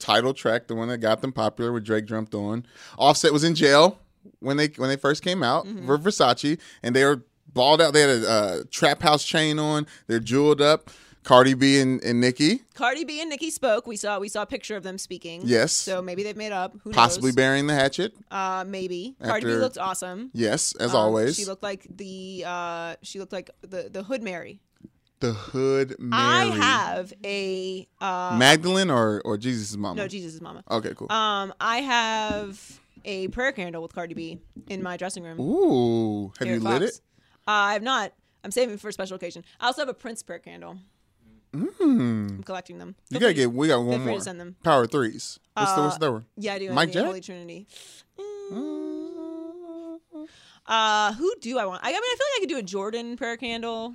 B: title track, the one that got them popular with Drake jumped on. Offset was in jail when they when they first came out
A: Mm-hmm.
B: for Versace, and they were balled out. They had a uh, trap house chain on. They're jeweled up. Cardi B and, and Nicki,
A: Cardi B and Nicki spoke. We saw we saw a picture of them speaking.
B: Yes.
A: So maybe they've made up. Who
B: possibly
A: knows?
B: bearing the hatchet.
A: Uh, maybe. Cardi B
B: After-
A: looked awesome.
B: Yes, as
A: Um,
B: always.
A: She looked like the uh, she looked like the the Hood Mary.
B: the Hood Mary.
A: I have a uh,
B: Magdalene or or Jesus' mama.
A: no Jesus' mama.
B: Okay, cool.
A: Um, I have a prayer candle with Cardi B in my dressing room.
B: Ooh, have
A: here
B: you
A: at
B: lit
A: Fox.
B: it?
A: Uh, I've not. I'm saving it for a special occasion. I also have a Prince prayer candle. I'm collecting them.
B: Mm. You
A: Feel
B: gotta
A: free-
B: get. We got
A: feel
B: one
A: free to
B: more.
A: send them.
B: Power threes. What's the what's
A: Uh,
B: that one?
A: Yeah, I do.
B: Mike
A: Anthony,
B: Jack? Mm.
A: Holy Trinity. Uh, who do I want? I, I mean, I feel like I could do a Jordan prayer candle.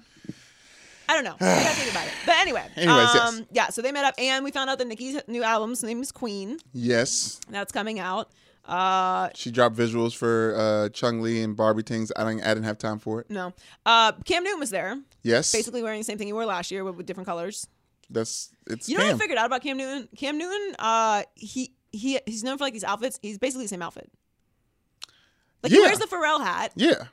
A: I don't know. I gotta think about it. But anyway,
B: Anyways, yes.
A: um, yeah. So they met up, and we found out that Nicki's new album's name is Queen.
B: Yes,
A: That's coming out. Uh,
B: she dropped visuals for uh, Chung Lee and Barbie Tings. I didn't. I didn't have time for it.
A: no. Uh, Cam Newton was there,
B: Yes,
A: basically wearing the same thing he wore last year, but with different colors.
B: that's it's.
A: You know what I
B: Cam.
A: figured out about Cam Newton? Cam Newton, uh, he he he's known for like these outfits. He's basically the same outfit. Like he
B: Yeah.
A: wears the Pharrell hat.
B: Yeah,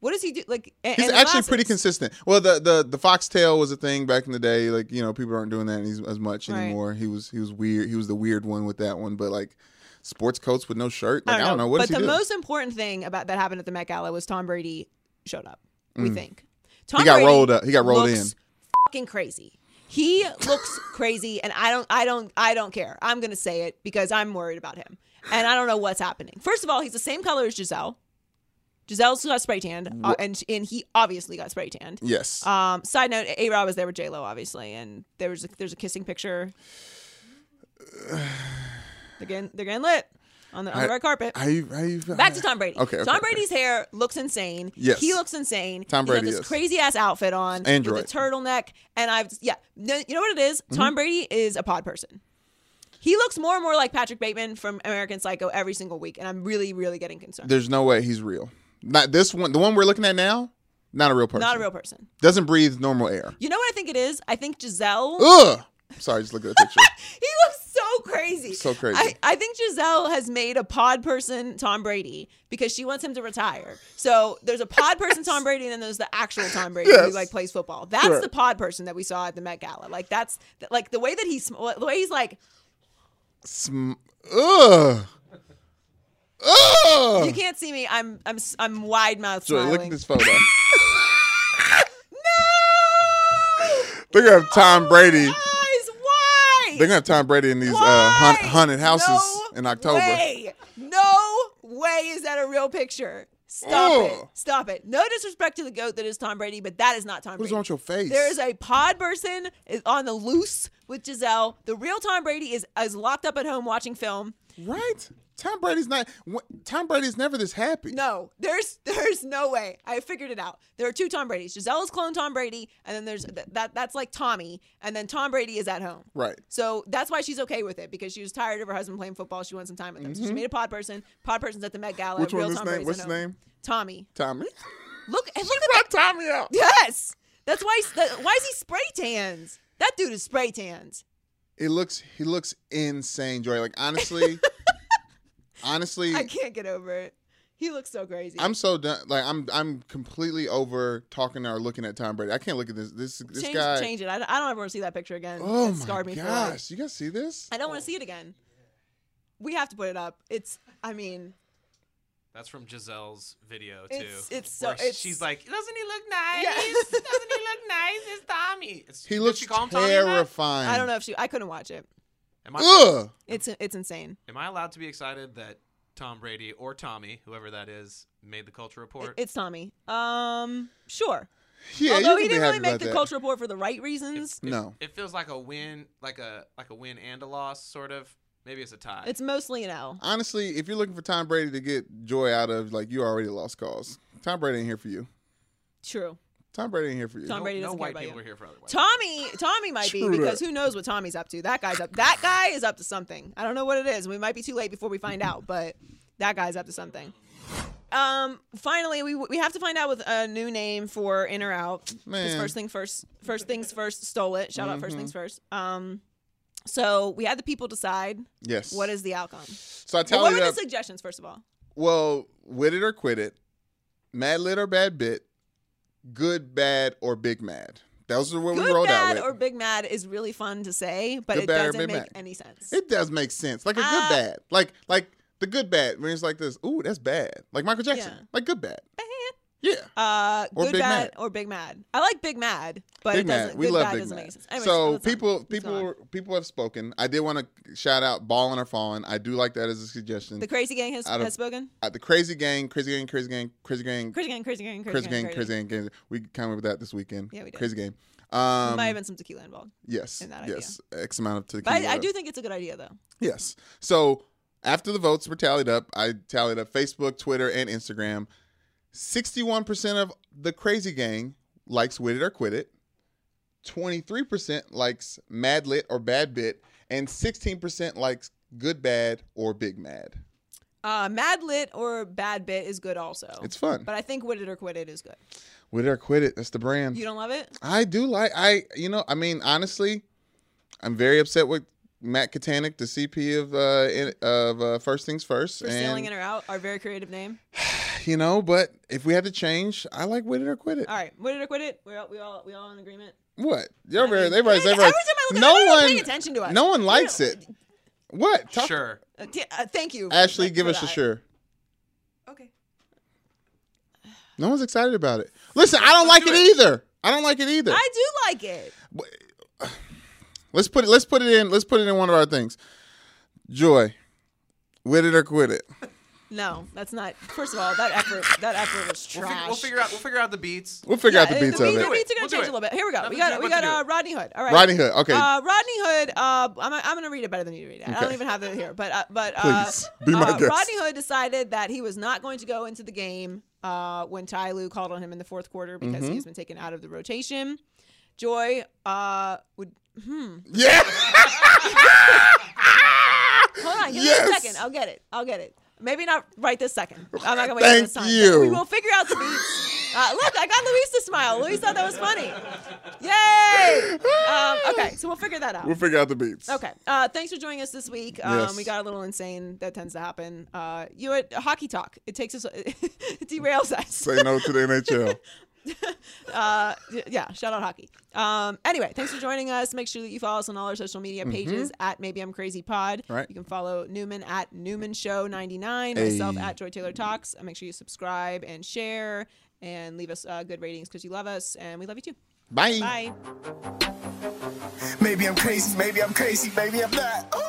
A: What does he do? Like a-
B: he's
A: and the
B: actually pretty
A: glasses.
B: consistent. Well, the the the foxtail was a thing back in the day. Like you know, people aren't doing that as- as much
A: Right.
B: anymore. He was he was weird. He was the weird one with that one. But like sports coats with no shirt. Like I don't, know. what
A: but
B: does he
A: the
B: do?
A: most important thing about that happened at the Met Gala was Tom Brady showed up. We think Tom
B: Mm. he got
A: Brady
B: rolled up. He got rolled
A: looks Fucking crazy. He looks crazy, and I don't, I don't, I don't care. I'm gonna say it because I'm worried about him, and I don't know what's happening. First of all, he's the same color as Giselle. Giselle's got spray tanned, uh, and and he obviously got spray tanned.
B: in. Yes.
A: Um, side note: A Rod was there with J Lo, obviously, and there was a, there's a kissing picture. They're getting they're getting lit on the, on the
B: I-
A: red carpet.
B: how you how you
A: Back to Tom Brady.
B: Okay, okay,
A: Tom
B: okay.
A: Brady's hair looks insane.
B: Yes.
A: He looks insane.
B: Tom Brady
A: He's got this
B: is.
A: crazy ass outfit on
B: Android. Mm-hmm.
A: with a turtleneck. And I've yeah. No, you know what it is? Tom Brady is a pod person. He looks more and more like Patrick Bateman from American Psycho every single week, and I'm really, really getting concerned.
B: There's no way he's real. Not this one. The one we're looking at now. Not a real person.
A: Not a real person.
B: Doesn't breathe normal air.
A: You know what I think it is? I think Giselle
B: Ugh. Sorry, just look at the picture.
A: He looks so crazy.
B: So crazy.
A: I, I think Giselle has made a pod person Tom Brady because she wants him to retire. So there's a pod person Tom Brady, and then there's the actual Tom Brady who
B: Yes.
A: like plays football. That's
B: Sure.
A: the pod person that we saw at the Met Gala. Like that's like the way that he's the way he's like
B: Sm- Ugh. Ugh.
A: you can't see me. I'm I'm s- I'm wide mouth
B: Oh. Joy,
A: smiling.
B: look at this photo. no! They're gonna have
A: Oh
B: Tom Brady.
A: Eyes wide.
B: They're gonna have Tom Brady in these uh,
A: Why?
B: haunt, haunted houses
A: No
B: in October.
A: Way. No way is that a real picture. Stop it.
B: Ugh.
A: Stop it. No disrespect to the goat that is Tom Brady, but that is not Tom
B: What's
A: Brady.
B: wrong with your face?
A: There is a pod person is on the loose with Giselle. The real Tom Brady is, is locked up at home watching film.
B: right. Tom Brady's not. wh- Tom Brady's never this happy.
A: No, there's there's no way. I figured it out. There are two Tom Brady's. Giselle's clone Tom Brady, and then there's th- that that's like Tommy, and then Tom Brady is at home.
B: Right.
A: So that's why she's okay with it because she was tired of her husband playing football. She wants some time with him. So she made a pod person. Pod person's at the Met Gala.
B: Mm-hmm. Which
A: Real
B: one? What's
A: Tom
B: his name?
A: Brady's
B: What's
A: at
B: his
A: home.
B: name?
A: Tommy.
B: Tommy.
A: Look, and look
B: Look
A: at that.
B: at Tommy out.
A: Yes, that's why. he's- That, why is he spray tans? That dude is spray tans.
B: It looks. He looks insane, Joy. Like honestly, honestly,
A: I can't get over it. He looks so crazy.
B: I'm so done. Like I'm. I'm completely over talking or looking at Tom Brady. I can't look at this. This. This
A: change,
B: guy.
A: change it. I, I don't ever want to see that picture again.
B: Oh
A: it
B: my
A: scarred me for life.
B: gosh! You guys see this?
A: I don't want to see it again. We have to put it up. It's. I mean,
E: That's from Giselle's video too.
A: It's- it's so-
E: where
A: it's-
E: she's like, doesn't he look nice?
A: Yeah.
E: doesn't he look nice? It's Tommy. It's,
B: He
E: did
B: looks
E: she call him Tommy in that?
B: terrifying.
A: I don't know if she. I couldn't watch it.
E: Am I,
B: Ugh.
A: It's it's insane.
E: am I allowed to be excited that Tom Brady or Tommy, whoever that is, made the culture report?
A: It's Tommy. Um, sure.
B: Yeah,
A: Although
B: you
A: he
B: can be
A: didn't
B: happy
A: really make
B: about
A: the
B: that.
A: culture report for the right reasons.
E: It-
B: No.
E: It feels like a win, like a like a win and a loss, sort of. Maybe it's a tie.
A: It's mostly an L.
B: Honestly, if you're looking for Tom Brady to get joy out of, like you already lost cause. Tom Brady ain't here for you.
A: True.
B: Tom Brady ain't here for you.
A: Tom
E: no,
A: Brady
E: no
A: doesn't care
E: white
A: about
E: people
A: you.
E: are here for other white. people.
A: Tommy, Tommy might be
B: True that.
A: because who knows what Tommy's up to? That guy's up. That guy is up to something. I don't know what it is. We might be too late before we find out, but that guy's up to something. Um, finally, we we have to find out with a new name for In or Out. 'cause
B: Man. Mm-hmm.
A: First thing first, first things first. Stole it. Shout out. First things first. Um, so we had the people decide
B: Yes.
A: what is the outcome.
B: So I
A: Well, what
B: tallied
A: were the
B: up.
A: suggestions first of all?
B: well, with it or quit it, mad lit or bad bit, good bad or big mad. Those are what we
A: Good,
B: rolled
A: bad,
B: out
A: or
B: with.
A: big mad is really fun to say, but
B: Good,
A: it
B: bad, or
A: doesn't
B: big
A: make
B: mad.
A: any sense.
B: it does make sense, like a good
A: Uh,
B: bad, like like the good bad when it's like this. Ooh, that's bad. Like Michael Jackson,
A: Yeah.
B: like good bad. Yeah.
A: Uh,
B: Or
A: good,
B: Big
A: bad,
B: Mad.
A: or Big Mad. I like Big Mad, but it
B: Big
A: doesn't.
B: Mad. We
A: good
B: love
A: bad
B: Big
A: doesn't
B: Mad.
A: make sense. Anyways,
B: so
A: let's not-
B: people
A: let's go
B: people
A: on.
B: people have spoken. I did want to shout out Ballin' or Falling. I do like that as a suggestion.
A: the crazy gang has,
B: out of-
A: has spoken.
B: Uh, the Crazy Gang, Crazy Gang, Crazy Gang, Crazy Gang,
A: Crazy gang, crazy gang,
B: Crazy Gang, Crazy Gang. gang. We came up with that this weekend.
A: Yeah, we did.
B: Crazy Gang. Um,
A: Might have been some tequila involved,
B: yes,
A: in that
B: yes, X amount of
A: but
B: tequila.
A: I, I do think it's a good idea though.
B: Yes. So after the votes were tallied up, I tallied up Facebook, Twitter, and Instagram. 61% of the crazy gang likes Wit It or Quit It. 23% likes Mad Lit or Bad Bit. And 16% likes Good Bad or Big Mad.
A: Uh, Mad Lit or Bad Bit is good also.
B: It's fun.
A: but I think Wit It or Quit It is good.
B: Wit It or Quit It. That's the brand.
A: You don't love it?
B: I do like, I, you know, I mean, honestly, I'm very upset with Matt Katanik, the CP of uh, in, of uh, First Things First.
A: For
B: and-
A: Stealing In or Out, our very creative name.
B: you know, but if we had to change, I like win it or quit it.
A: All right, Wit It or Quit It. We all we all we all in agreement.
B: What? You're very,
A: mean,
B: everybody's,
A: every time I
B: everybody's,
A: look at
B: no
A: it, everyone's
B: one
A: paying attention to us.
B: No one
A: You
B: likes
A: know-
B: it. What? Talk-
E: Sure.
A: Uh, t- uh, thank you, for-
B: Ashley,
A: for
B: give us a
A: that.
B: sure.
G: Okay.
B: No one's excited about it. Listen, I don't like
E: do
B: it,
E: it.
B: either. I don't like it either.
A: I do like it.
B: let's put it. Let's put it in. Let's put it in one of our things. Joy, win it or quit it.
A: No, that's not. First of all, that effort that effort was
E: We'll, fig-
A: trash.
E: we'll figure out. We'll figure out the beats.
B: We'll figure out
A: Yeah,
B: the beats
A: the
B: of it.
A: The beats are gonna
E: We'll do
A: change
E: it.
A: a little bit. Here we go. We
E: Nothing
A: got
E: to
A: we
E: do but
A: got
E: to do
A: uh,
E: it.
A: Rodney Hood. All right.
B: Rodney Hood. Okay.
A: Uh, Rodney Hood. Uh, I'm, I'm gonna read it better than you read it. I don't
B: Okay.
A: even have it here, but uh, but uh,
B: Please, be my
A: uh,
B: guest.
A: Rodney Hood decided that he was not going to go into the game uh, when Ty Lue called on him in the fourth quarter because
B: Mm-hmm.
A: he's been taken out of the rotation. Joy uh, would
B: yeah.
A: hold on. Give me a
B: Yes.
A: second. I'll get it. I'll get it. Maybe not right this second. I'm not gonna wait
B: Thank
A: this time.
B: you.
A: We will figure out the beats. Uh, look, I got Luis to smile. Luis thought that was funny. Yay! Um, okay, so we'll figure that out.
B: We'll figure out the beats.
A: Okay. Uh, thanks for joining us this week. Um,
B: Yes.
A: We got a little insane. That tends to happen. Uh, you had hockey talk. It takes us, it derails us.
B: Say no to the NHL.
A: Uh, y- yeah. Shout out hockey. Um, anyway, thanks for joining us. Make sure that you follow us on all our social media pages at Maybe I'm Crazy Pod.
B: Mm-hmm. Right.
A: You can follow Newman at Newman Show 99,
B: Hey.
A: myself at Joy Taylor Talks. Uh, Make sure you subscribe and share and leave us uh, good ratings because you love us and we love you too.
B: Bye.
A: Bye.
C: Maybe I'm crazy, maybe I'm crazy, maybe I'm not. Ooh.